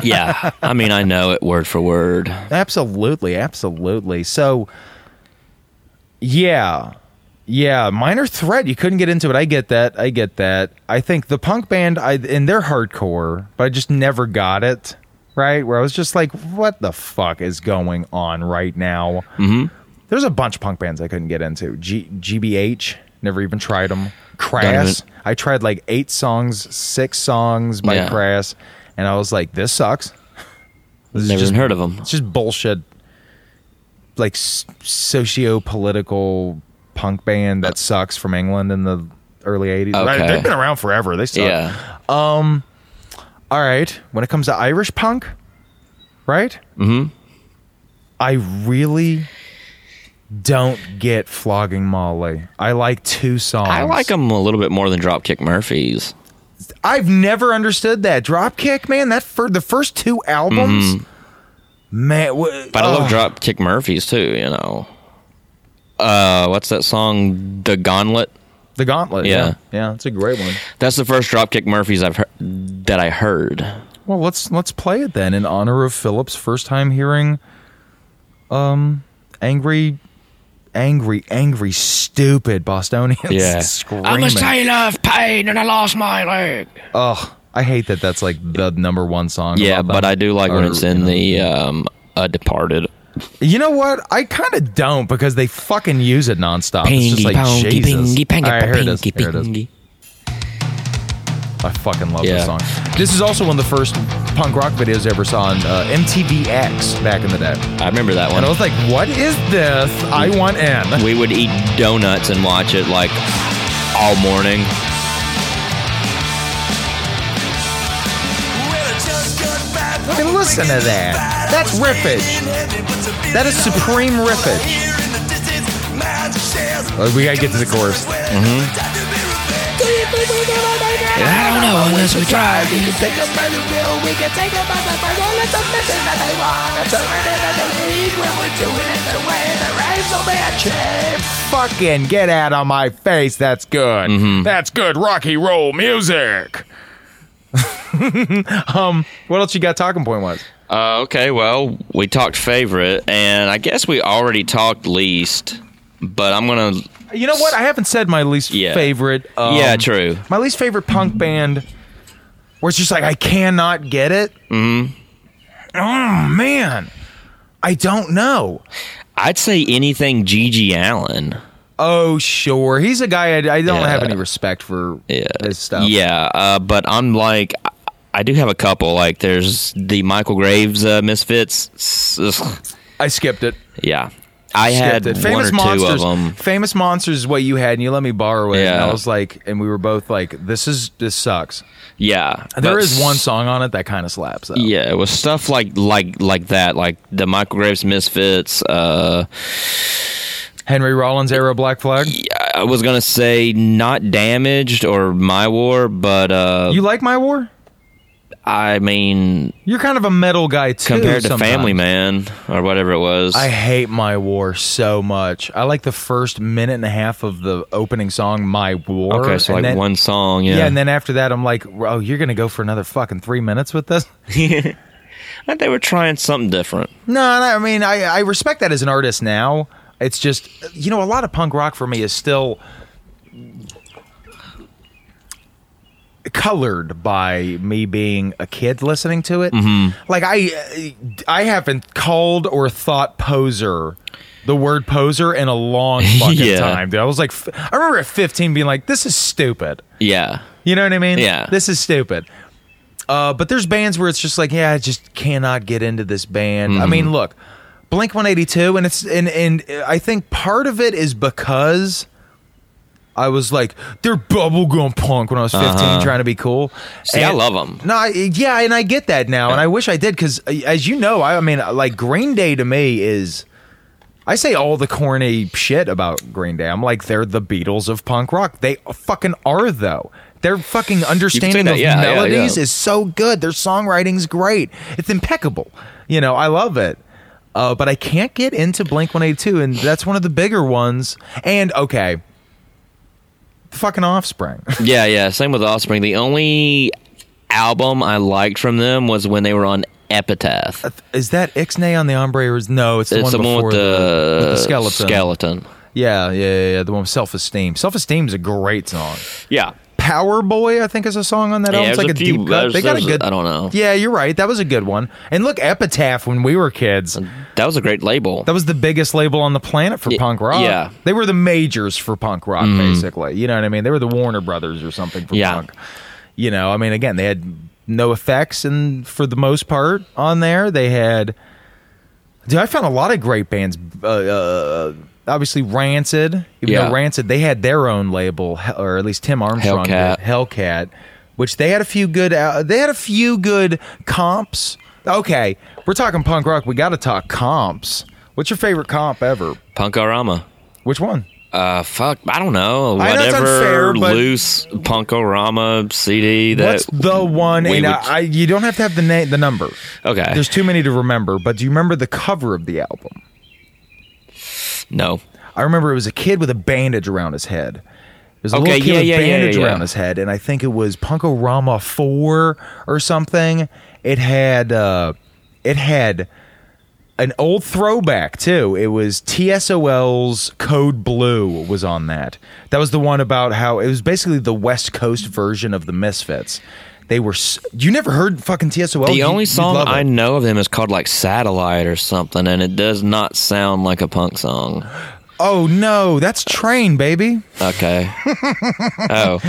Speaker 3: yeah, I mean, I know it word for word.
Speaker 2: absolutely, absolutely. So, yeah, yeah. Minor threat. You couldn't get into it. I get that. I get that. I think the punk band, I and they're hardcore, but I just never got it. Right where I was just like, what the fuck is going on right now? Mm-hmm. There's a bunch of punk bands I couldn't get into. G- GBH, never even tried them. Crass,
Speaker 3: Donovan.
Speaker 2: I tried like eight songs, six songs by
Speaker 3: Yeah.
Speaker 2: Crass, and I was like, this sucks. This is
Speaker 3: Never
Speaker 2: just
Speaker 3: even heard of them.
Speaker 2: it's just bullshit, like s- socio-political punk band that sucks from England in the early '80s. Right,
Speaker 3: Okay.
Speaker 2: They've been around forever. They suck.
Speaker 3: Yeah,
Speaker 2: All right. When it comes to Irish punk, right? Mm-hmm. I really don't get flogging Molly. I like two songs.
Speaker 3: I like them a little bit more than Dropkick Murphys.
Speaker 2: I've never understood that Dropkick, man. That for the first two albums, man. wha-
Speaker 3: Mm-hmm.
Speaker 2: oh,
Speaker 3: But I
Speaker 2: ugh.
Speaker 3: love Dropkick Murphys too, you know. Uh, what's that song? The Gauntlet.
Speaker 2: the Gauntlet.
Speaker 3: Yeah.
Speaker 2: yeah, it's a great one.
Speaker 3: That's the first Dropkick Murphys I've heard, that I heard.
Speaker 2: Well, let's let's play it then in honor of Philip's first time hearing, um, angry, angry, angry, stupid Bostonians. screaming.
Speaker 3: sailor of pain, and I lost my leg.
Speaker 2: Ugh, I hate that. That's like the number one song.
Speaker 3: Yeah,
Speaker 2: about
Speaker 3: but
Speaker 2: them.
Speaker 3: I do like when
Speaker 2: Or,
Speaker 3: it's
Speaker 2: you
Speaker 3: in
Speaker 2: know.
Speaker 3: the um, uh, Departed.
Speaker 2: You know what? I kind of don't because they fucking use it nonstop. it's just like Jesus. All right, here it is. Here it is. I fucking love this song.
Speaker 3: Yeah.
Speaker 2: This is also one of the first punk rock videos I ever saw on uh, MTVX back in the day.
Speaker 3: I remember that
Speaker 2: And I
Speaker 3: one.
Speaker 2: was like, what is this? I want in.
Speaker 3: We would eat donuts and watch it like all morning.
Speaker 2: Fucking listen to that. That's riffage. That is supreme riffage. Uh, we gotta get to the chorus.
Speaker 3: Mm-hmm. I don't know unless we try.
Speaker 2: Fucking get out of my face. That's good. That's good rocky roll music. um, what else you got talking point wise?
Speaker 3: Uh, okay, well, we talked favorite, and I guess we already talked least, but I'm gonna.
Speaker 2: You know what? I haven't said my least
Speaker 3: Yeah.
Speaker 2: favorite. Um,
Speaker 3: yeah, true.
Speaker 2: My least favorite punk band, where it's just like I cannot get it. Mm. Oh man, I don't know.
Speaker 3: I'd say anything Gigi Allen.
Speaker 2: Oh sure, he's a guy I, I don't
Speaker 3: Yeah.
Speaker 2: have any respect for.
Speaker 3: Yeah.
Speaker 2: his stuff.
Speaker 3: Yeah, uh, but I'm like, I- I do have a couple. Like, there's the Michael Graves uh, Misfits. S- s-
Speaker 2: I skipped it.
Speaker 3: Yeah, I had
Speaker 2: Skipped it. Famous
Speaker 3: one or two
Speaker 2: monsters.
Speaker 3: of them.
Speaker 2: Famous monsters is what you had, and you let me borrow it. And I
Speaker 3: Yeah.
Speaker 2: was like, and we were both like, this is this sucks.
Speaker 3: Yeah,
Speaker 2: There
Speaker 3: but
Speaker 2: is one
Speaker 3: s-
Speaker 2: song on it that kind of slaps. Though.
Speaker 3: Yeah, it was stuff like like like that, like the Michael Graves Misfits. Uh,
Speaker 2: Henry Rollins era Black Flag.
Speaker 3: I was gonna say not damaged or my war, but uh,
Speaker 2: You like My War?
Speaker 3: I mean
Speaker 2: You're kind of a metal guy too.
Speaker 3: compared to
Speaker 2: sometimes.
Speaker 3: Family Man or whatever it was.
Speaker 2: I hate My War so much. I like the first minute and a half of the opening song, My War.
Speaker 3: okay, so
Speaker 2: and
Speaker 3: like
Speaker 2: then-
Speaker 3: one song,
Speaker 2: Yeah.
Speaker 3: yeah.
Speaker 2: and then after that, I'm like, oh, you're gonna go for another fucking three minutes with this?
Speaker 3: then they were trying something different.
Speaker 2: No, no, I mean, I I respect that as an artist now. It's just, you know, a lot of punk rock for me is still colored by me being a kid listening to it. Like I I haven't called or thought poser the word poser in a long fucking
Speaker 3: Yeah.
Speaker 2: time. Dude. I was like f- I remember at 15 being like this is stupid.
Speaker 3: Yeah,
Speaker 2: You know what I mean?
Speaker 3: Yeah.
Speaker 2: This is stupid. Uh, but there's bands where it's just like, yeah, I just cannot get into this band. I
Speaker 3: Mm-hmm.
Speaker 2: mean, look, Blink 182, and it's and and I think part of it is because I was like, they're bubblegum punk when I was 15, trying to be cool.
Speaker 3: Uh-huh. See, I love 'em.
Speaker 2: No, I, yeah, and I get that now, and I wish I did because, as you know, I, I mean, like Green Day to me is. I say all the corny shit about Green Day. I'm like, they're the Beatles of punk rock. They fucking are, though. Their fucking understanding
Speaker 3: that,
Speaker 2: of
Speaker 3: yeah, yeah,
Speaker 2: melodies
Speaker 3: yeah.
Speaker 2: is so good. Their songwriting's great. It's impeccable. You know, I love it. Uh, but I can't get into Blink 182, and that's one of the bigger ones. And okay, the fucking Offspring.
Speaker 3: yeah, yeah. Same with Offspring. The only album I liked from them was when they were on Epitaph.
Speaker 2: is that Ixnay on the Ombre? Or is, no, it's the
Speaker 3: it's
Speaker 2: one
Speaker 3: the
Speaker 2: before
Speaker 3: one with the,
Speaker 2: with the skeleton.
Speaker 3: Skeleton.
Speaker 2: Yeah, yeah, yeah, yeah. The one with Self Esteem. Self Esteem is a great song.
Speaker 3: Yeah.
Speaker 2: Power Boy, I think, is a song on that
Speaker 3: Yeah,
Speaker 2: album. It's
Speaker 3: there's
Speaker 2: like a,
Speaker 3: a few-
Speaker 2: deep cut.
Speaker 3: there's-
Speaker 2: They got a
Speaker 3: there's-
Speaker 2: good.
Speaker 3: I don't know.
Speaker 2: Yeah, you're right. That was a good one. And look, Epitaph when we were kids.
Speaker 3: That was a great label.
Speaker 2: That was the biggest label on the planet for punk rock.
Speaker 3: yeah. Mm-hmm.
Speaker 2: They were the majors for punk rock, basically. You know what I mean? They were the Warner Brothers or something for
Speaker 3: Yeah.
Speaker 2: punk. You know, I mean, again, they had no effects, and for the most part on there, they had. Dude, I found a lot of great bands. Uh, uh, obviously, Rancid. Even
Speaker 3: Yeah.
Speaker 2: though Rancid, they had their own label, he- or at least Tim Armstrong
Speaker 3: Hellcat.
Speaker 2: did, Hellcat, which they had a few good. Uh, they had a few good comps. Okay, we're talking punk rock. We got to talk comps. What's your favorite comp ever?
Speaker 3: Punkorama.
Speaker 2: Which one?
Speaker 3: Uh, fuck, I don't know.
Speaker 2: I know it's
Speaker 3: Whatever
Speaker 2: unfair, but-
Speaker 3: loose Punkorama CD that
Speaker 2: What's the one?
Speaker 3: we
Speaker 2: And
Speaker 3: would-
Speaker 2: I, I, you don't have to have the name, the number.
Speaker 3: okay.
Speaker 2: There's too many to remember. But do you remember the cover of the album?
Speaker 3: no.
Speaker 2: I remember it was a kid with a bandage around his head. There's a
Speaker 3: Okay,
Speaker 2: little kid
Speaker 3: yeah,
Speaker 2: with
Speaker 3: yeah,
Speaker 2: a
Speaker 3: yeah,
Speaker 2: bandage
Speaker 3: yeah.
Speaker 2: around his head, and I think it was Punkorama Four or something. It had uh, it had an old throwback too. It was TSOL's Code Blue was on that. That was the one about how it was basically the West Coast version of the Misfits. They were s- you never heard fucking TSOL.
Speaker 3: The
Speaker 2: Oh, You-
Speaker 3: only
Speaker 2: you'd
Speaker 3: song
Speaker 2: love
Speaker 3: I
Speaker 2: it.
Speaker 3: know of them is called like Satellite or something, and it does not sound like a punk song.
Speaker 2: Oh no, that's Train baby.
Speaker 3: Okay. oh,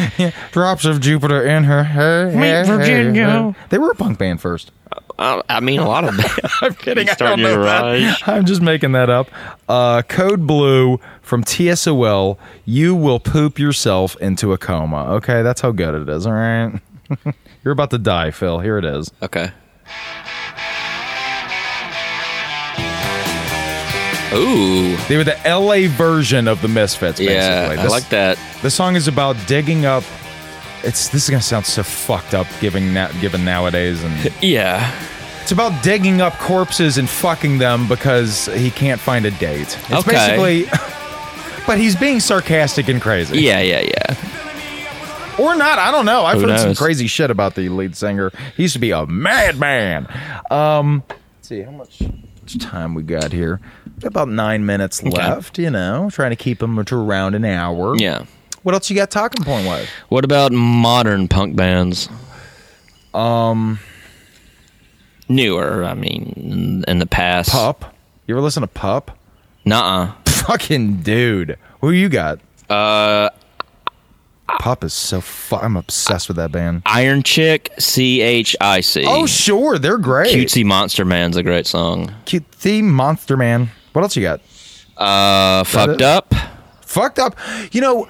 Speaker 2: Drops of Jupiter in her hair. hair, hair,
Speaker 3: Virginia.
Speaker 2: hair. They were a punk band first.
Speaker 3: I, I mean a lot of.
Speaker 2: I'm kidding.
Speaker 3: You start
Speaker 2: I don't
Speaker 3: your
Speaker 2: know that.
Speaker 3: garage.
Speaker 2: I'm just making that up. Uh, Code Blue from TSOL. You will poop yourself into a coma. Okay, that's how good it is. All right. You're about to die, Phil. Here it is.
Speaker 3: okay. Ooh,
Speaker 2: They were the LA version of the Misfits, basically.
Speaker 3: yeah, I
Speaker 2: This-
Speaker 3: like that.
Speaker 2: The song is about digging up. It's this is gonna sound so fucked up, giving na- given nowadays, and
Speaker 3: Yeah,
Speaker 2: it's about digging up corpses and fucking them because he can't find a date. It's
Speaker 3: Okay.
Speaker 2: basically, but he's being sarcastic and crazy.
Speaker 3: yeah, yeah, yeah.
Speaker 2: or not. I don't know. I've
Speaker 3: Who
Speaker 2: heard some
Speaker 3: knows?
Speaker 2: crazy shit about the lead singer. He used to be a madman. Um, let's see how much time we got here. About nine minutes left. You know, trying to keep him to around an hour.
Speaker 3: Yeah.
Speaker 2: What else you got talking point wise?
Speaker 3: What about modern punk bands? Um,
Speaker 2: Um,
Speaker 3: newer. I mean, in- in the past.
Speaker 2: Pup. You ever listen to Pup?
Speaker 3: Nuh-uh.
Speaker 2: Fucking dude. Who you got?
Speaker 3: Uh,
Speaker 2: Pup is so fu- I'm obsessed with that band.
Speaker 3: Iron Chick. C H I C.
Speaker 2: Oh sure, they're great.
Speaker 3: Cutesy Monster Man's a great song.
Speaker 2: Cutesy Monster Man. What else you got?
Speaker 3: Uh, fucked
Speaker 2: it?
Speaker 3: up.
Speaker 2: Fucked Up, you know,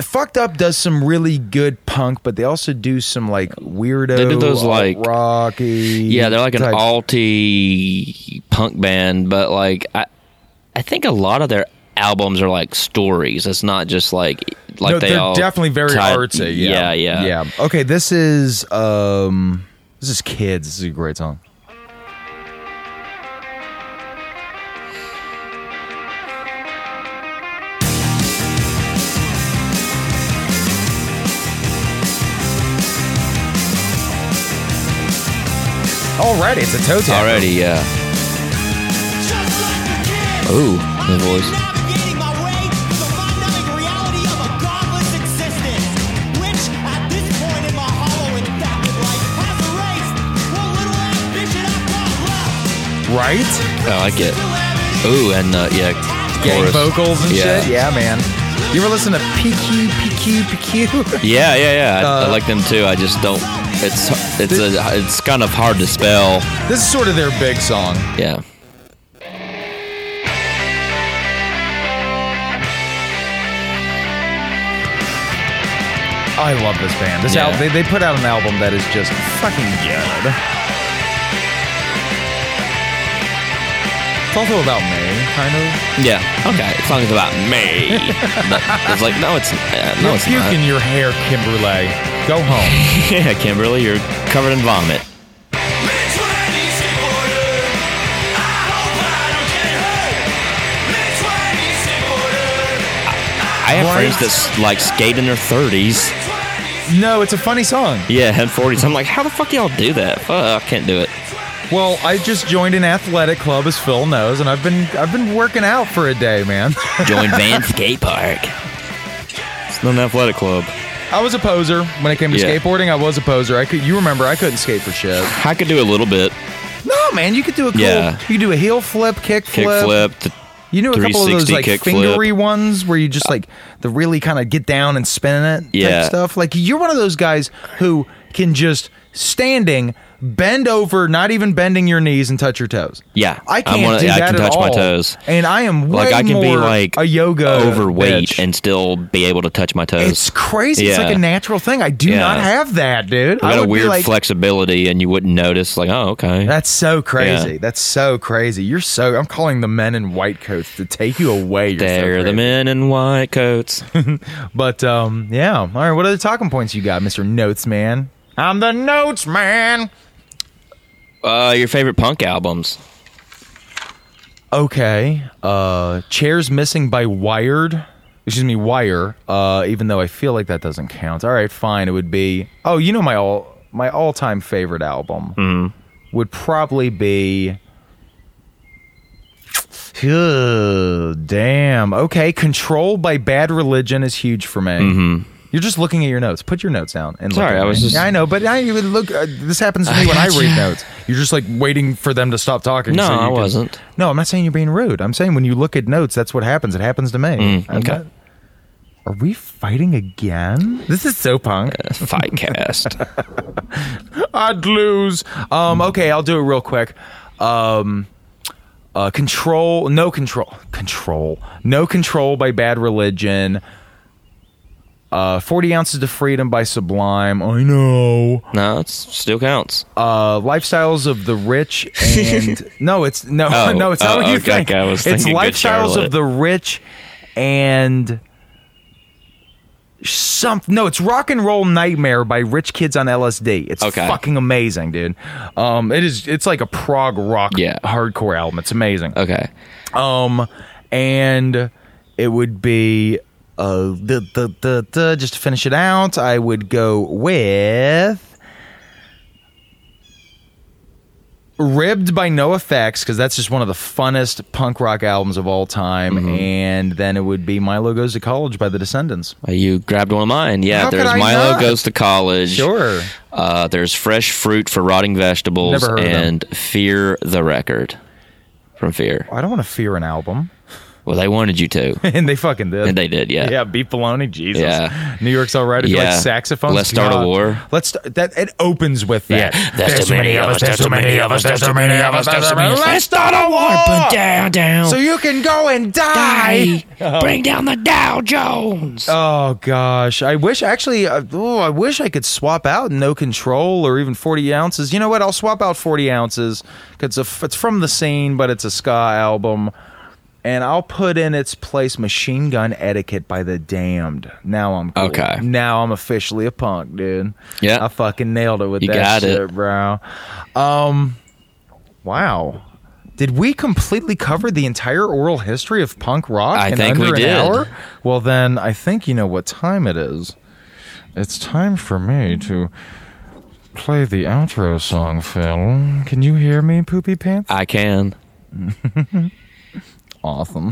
Speaker 2: Fucked Up does some really good punk, but they also do some like weirdo,
Speaker 3: They do those, like-
Speaker 2: rocky.
Speaker 3: Yeah, they're like an
Speaker 2: type-
Speaker 3: alty punk band, but like I, I think a lot of their albums are like stories. It's not just like like
Speaker 2: no,
Speaker 3: they
Speaker 2: they're
Speaker 3: all
Speaker 2: definitely very
Speaker 3: tied-
Speaker 2: artsy. Yeah.
Speaker 3: yeah, yeah.
Speaker 2: Okay, this is um, this is kids. This is a great song. Alrighty, it's a toe tap.
Speaker 3: Already, yeah. Ooh, the voice.
Speaker 2: right?
Speaker 3: Oh, I like it. Ooh, and uh, yeah,
Speaker 2: Gang
Speaker 3: chorus.
Speaker 2: vocals and
Speaker 3: yeah.
Speaker 2: shit. Yeah, man. You ever listen to PQ PQ PQ?
Speaker 3: Yeah, yeah, yeah. I, I
Speaker 2: Uh,
Speaker 3: like them too. I just don't. It's it's a, it's kind of hard to spell.
Speaker 2: this is sort of their big song.
Speaker 3: Yeah.
Speaker 2: I love this band. This
Speaker 3: Yeah.
Speaker 2: album, they, they put out an album that is just fucking good. It's also about me, kind of.
Speaker 3: Yeah. Okay. The song's about me. No, it's like no, it's uh, no,
Speaker 2: You're
Speaker 3: it's
Speaker 2: puking
Speaker 3: not.
Speaker 2: your hair, Kimberly. Go home.
Speaker 3: Yeah, Kimberly, you're covered in vomit. I have
Speaker 2: Right.
Speaker 3: friends that s- like skate in their thirties.
Speaker 2: no, it's a funny song.
Speaker 3: Yeah, had forties. I'm like, how the fuck y'all do that? Fuck, I can't do it.
Speaker 2: Well, I just joined an athletic club, as Phil knows, and I've been I've been working out for a day, man.
Speaker 3: Join Van Skate Park. It's not an athletic club.
Speaker 2: I was a poser when it came to
Speaker 3: Yeah.
Speaker 2: skateboarding. I was a poser. I could, you remember, I couldn't skate for shit.
Speaker 3: I could do a little bit.
Speaker 2: No, man, you could do a cool.
Speaker 3: Yeah.
Speaker 2: You could do a heel flip, kick flip.
Speaker 3: Kick flip. th-
Speaker 2: You knew a couple of those
Speaker 3: 360
Speaker 2: like
Speaker 3: kick
Speaker 2: fingery ones where you just like the really kind of get down and spin it type
Speaker 3: Yeah.
Speaker 2: stuff. Like you're one of those guys who can just standing bend over, not even bending your knees and touch your toes.
Speaker 3: Yeah,
Speaker 2: I
Speaker 3: I'm
Speaker 2: can't
Speaker 3: one of-
Speaker 2: do
Speaker 3: I
Speaker 2: that
Speaker 3: can
Speaker 2: at
Speaker 3: touch my
Speaker 2: all.
Speaker 3: toes.
Speaker 2: and I am way
Speaker 3: like I can
Speaker 2: more
Speaker 3: be like
Speaker 2: a yoga
Speaker 3: overweight
Speaker 2: bitch.
Speaker 3: and still be able to touch my toes.
Speaker 2: it's crazy. It's
Speaker 3: Yeah.
Speaker 2: like a natural thing. I do
Speaker 3: Yeah.
Speaker 2: not have that, dude.
Speaker 3: I
Speaker 2: I
Speaker 3: got a
Speaker 2: would be
Speaker 3: weird
Speaker 2: like,
Speaker 3: flexibility, and you wouldn't notice. Like, oh, okay.
Speaker 2: That's so crazy.
Speaker 3: Yeah.
Speaker 2: That's so crazy. You're so. I'm calling the men in white coats to take you away. You're so
Speaker 3: They're the
Speaker 2: crazy.
Speaker 3: men in white coats.
Speaker 2: But um, yeah. All right. What other talking points you got, Mister Notes Man? I'm the Notes Man.
Speaker 3: Uh, your favorite punk albums?
Speaker 2: Okay. Uh, chairs missing by Wired. Excuse me, Wire. Uh, even though I feel like that doesn't count. All right, fine. It would be. Oh, you know my all my all time favorite album
Speaker 3: Mm-hmm.
Speaker 2: would probably be. Ugh, damn. Okay. Control by Bad Religion is huge for me. You're just looking at your notes. Put your notes down. And look
Speaker 3: Mm-hmm. Sorry,
Speaker 2: at
Speaker 3: I was
Speaker 2: me.
Speaker 3: just-
Speaker 2: I know, but I even look. Uh, this happens to me when I
Speaker 3: gotcha.
Speaker 2: read notes. You're just like waiting for them to stop talking.
Speaker 3: No,
Speaker 2: so you
Speaker 3: I
Speaker 2: can-
Speaker 3: wasn't.
Speaker 2: no, I'm not saying you're being rude. I'm saying when you look at notes, that's what happens. It happens to me. I'm
Speaker 3: okay.
Speaker 2: not- are we fighting again? This is so punk.
Speaker 3: Fight cast.
Speaker 2: I'd lose. Um, okay, I'll do it real quick. Um, uh, control, no control, control, no control by Bad Religion. Uh, Forty ounces to freedom by Sublime. I know.
Speaker 3: no, it still counts.
Speaker 2: uh, lifestyles of the rich and no, it's no,
Speaker 3: Oh,
Speaker 2: no, it's not
Speaker 3: oh,
Speaker 2: what you
Speaker 3: okay,
Speaker 2: think.
Speaker 3: okay, I was
Speaker 2: it's
Speaker 3: thinking Good
Speaker 2: lifestyles of
Speaker 3: Charlotte.
Speaker 2: the rich and some. No, it's rock and roll nightmare by Rich Kids on LSD. It's
Speaker 3: Okay.
Speaker 2: fucking amazing, dude. Um, it is. It's like a prog rock
Speaker 3: Yeah.
Speaker 2: hardcore album. It's amazing.
Speaker 3: Okay.
Speaker 2: Um, and it would be uh the the the the just to finish it out. I would go with ribbed by No Effects because that's just one of the funnest punk rock albums of all time. And then it would be Milo Goes to College by The Descendants.
Speaker 3: Uh, You grabbed one of mine. Yeah,
Speaker 2: How could
Speaker 3: there's
Speaker 2: I
Speaker 3: Milo
Speaker 2: not?
Speaker 3: Goes to College.
Speaker 2: Sure.
Speaker 3: Uh, there's Fresh Fruit for Rotting Vegetables
Speaker 2: Never heard of them.
Speaker 3: and Fear the Record from Fear.
Speaker 2: I don't want to fear an album,
Speaker 3: Well, they wanted you to.
Speaker 2: and they fucking did.
Speaker 3: And they did, yeah.
Speaker 2: Yeah, beat baloney, Jesus.
Speaker 3: Yeah.
Speaker 2: New York's all right. If you
Speaker 3: Yeah.
Speaker 2: like saxophones,
Speaker 3: Let's Start a
Speaker 2: God.
Speaker 3: War.
Speaker 2: Let's start, that. It opens with that.
Speaker 3: Yeah.
Speaker 2: There's, too many of us. There's too many of us. There's too many of us. There's too many. of us. Let's start a war.
Speaker 6: down, down.
Speaker 2: So you can go and die.
Speaker 6: Bring down the Dow Jones.
Speaker 2: Oh gosh, I wish actually. uh, Oh, I wish I could swap out no control or even forty ounces. You know what? I'll swap out forty ounces because it's from the scene, but it's a ska album, and I'll put in its place "Machine Gun Etiquette" by the Damned. Now I'm cool.
Speaker 3: Okay.
Speaker 2: Now I'm officially a punk, dude.
Speaker 3: Yeah.
Speaker 2: I fucking nailed it with
Speaker 3: You
Speaker 2: that
Speaker 3: got it.
Speaker 2: shit, bro. Um, wow. Did we completely cover the entire oral history of punk rock
Speaker 3: I
Speaker 2: in
Speaker 3: think
Speaker 2: under an
Speaker 3: we did.
Speaker 2: hour? Well, then I think you know what time it is. It's time for me to play the outro song, Phil. Can you hear me, Poopy Pants?
Speaker 3: I can.
Speaker 2: Awesome.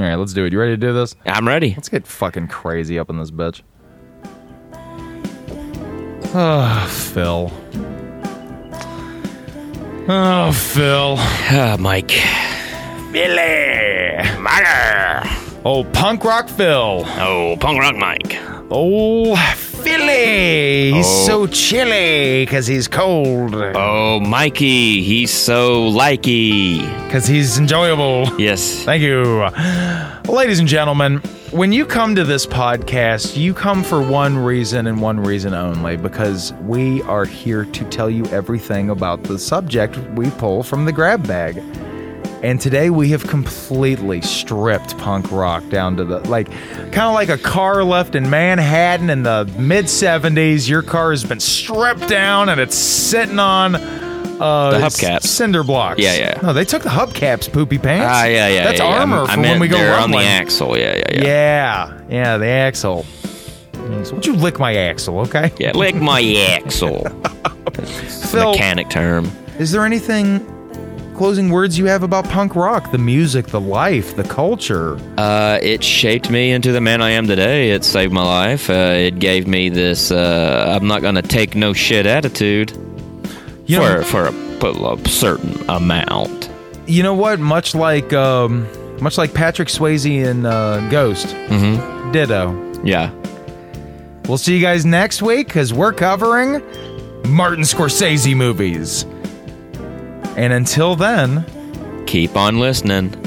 Speaker 2: All right, let's do it. You ready to do this?
Speaker 3: I'm ready.
Speaker 2: Let's get fucking crazy up in this bitch. Ah, Phil. Oh, Phil.
Speaker 3: Ah, Mike.
Speaker 2: Billy. Oh, punk rock Phil.
Speaker 3: Oh, punk rock Mike.
Speaker 2: Oh, Philly. He's so chilly because he's cold.
Speaker 3: Oh, Mikey. He's so likey.
Speaker 2: Because he's enjoyable.
Speaker 3: Yes.
Speaker 2: Thank you. Ladies and gentlemen, when you come to this podcast, you come for one reason and one reason only because we are here to tell you everything about the subject we pull from the grab bag. And today we have completely stripped punk rock down to the like kind of like a car left in Manhattan in the mid 70s. Your car has been stripped down and it's sitting on uh,
Speaker 3: The hubcaps.
Speaker 2: cinder blocks.
Speaker 3: Yeah, yeah.
Speaker 2: No, they took the hubcaps, poopy pants.
Speaker 3: Ah, yeah, yeah.
Speaker 2: That's
Speaker 3: yeah, yeah.
Speaker 2: armor
Speaker 3: I
Speaker 2: for when
Speaker 3: meant
Speaker 2: we go
Speaker 3: they're on the
Speaker 2: rumbling.
Speaker 3: axle. Yeah, yeah, yeah.
Speaker 2: Yeah. yeah, the axle. Hmm, So would you lick my axle, okay?
Speaker 3: Yeah, lick my axle. It's a
Speaker 2: Phil-
Speaker 3: mechanic term.
Speaker 2: Is there anything closing words you have about punk rock, the music, the life, the culture?
Speaker 3: Uh, it shaped me into the man I am today. It saved my life. Uh, it gave me this uh, I'm not going to take no shit attitude
Speaker 2: You
Speaker 3: for,
Speaker 2: know,
Speaker 3: for a, for a certain amount.
Speaker 2: you know what? Much like um, much like Patrick Swayze in uh, Ghost, mm-hmm. ditto.
Speaker 3: Yeah.
Speaker 2: We'll see you guys next week because we're covering Martin Scorsese movies. And until then,
Speaker 3: Keep on listening.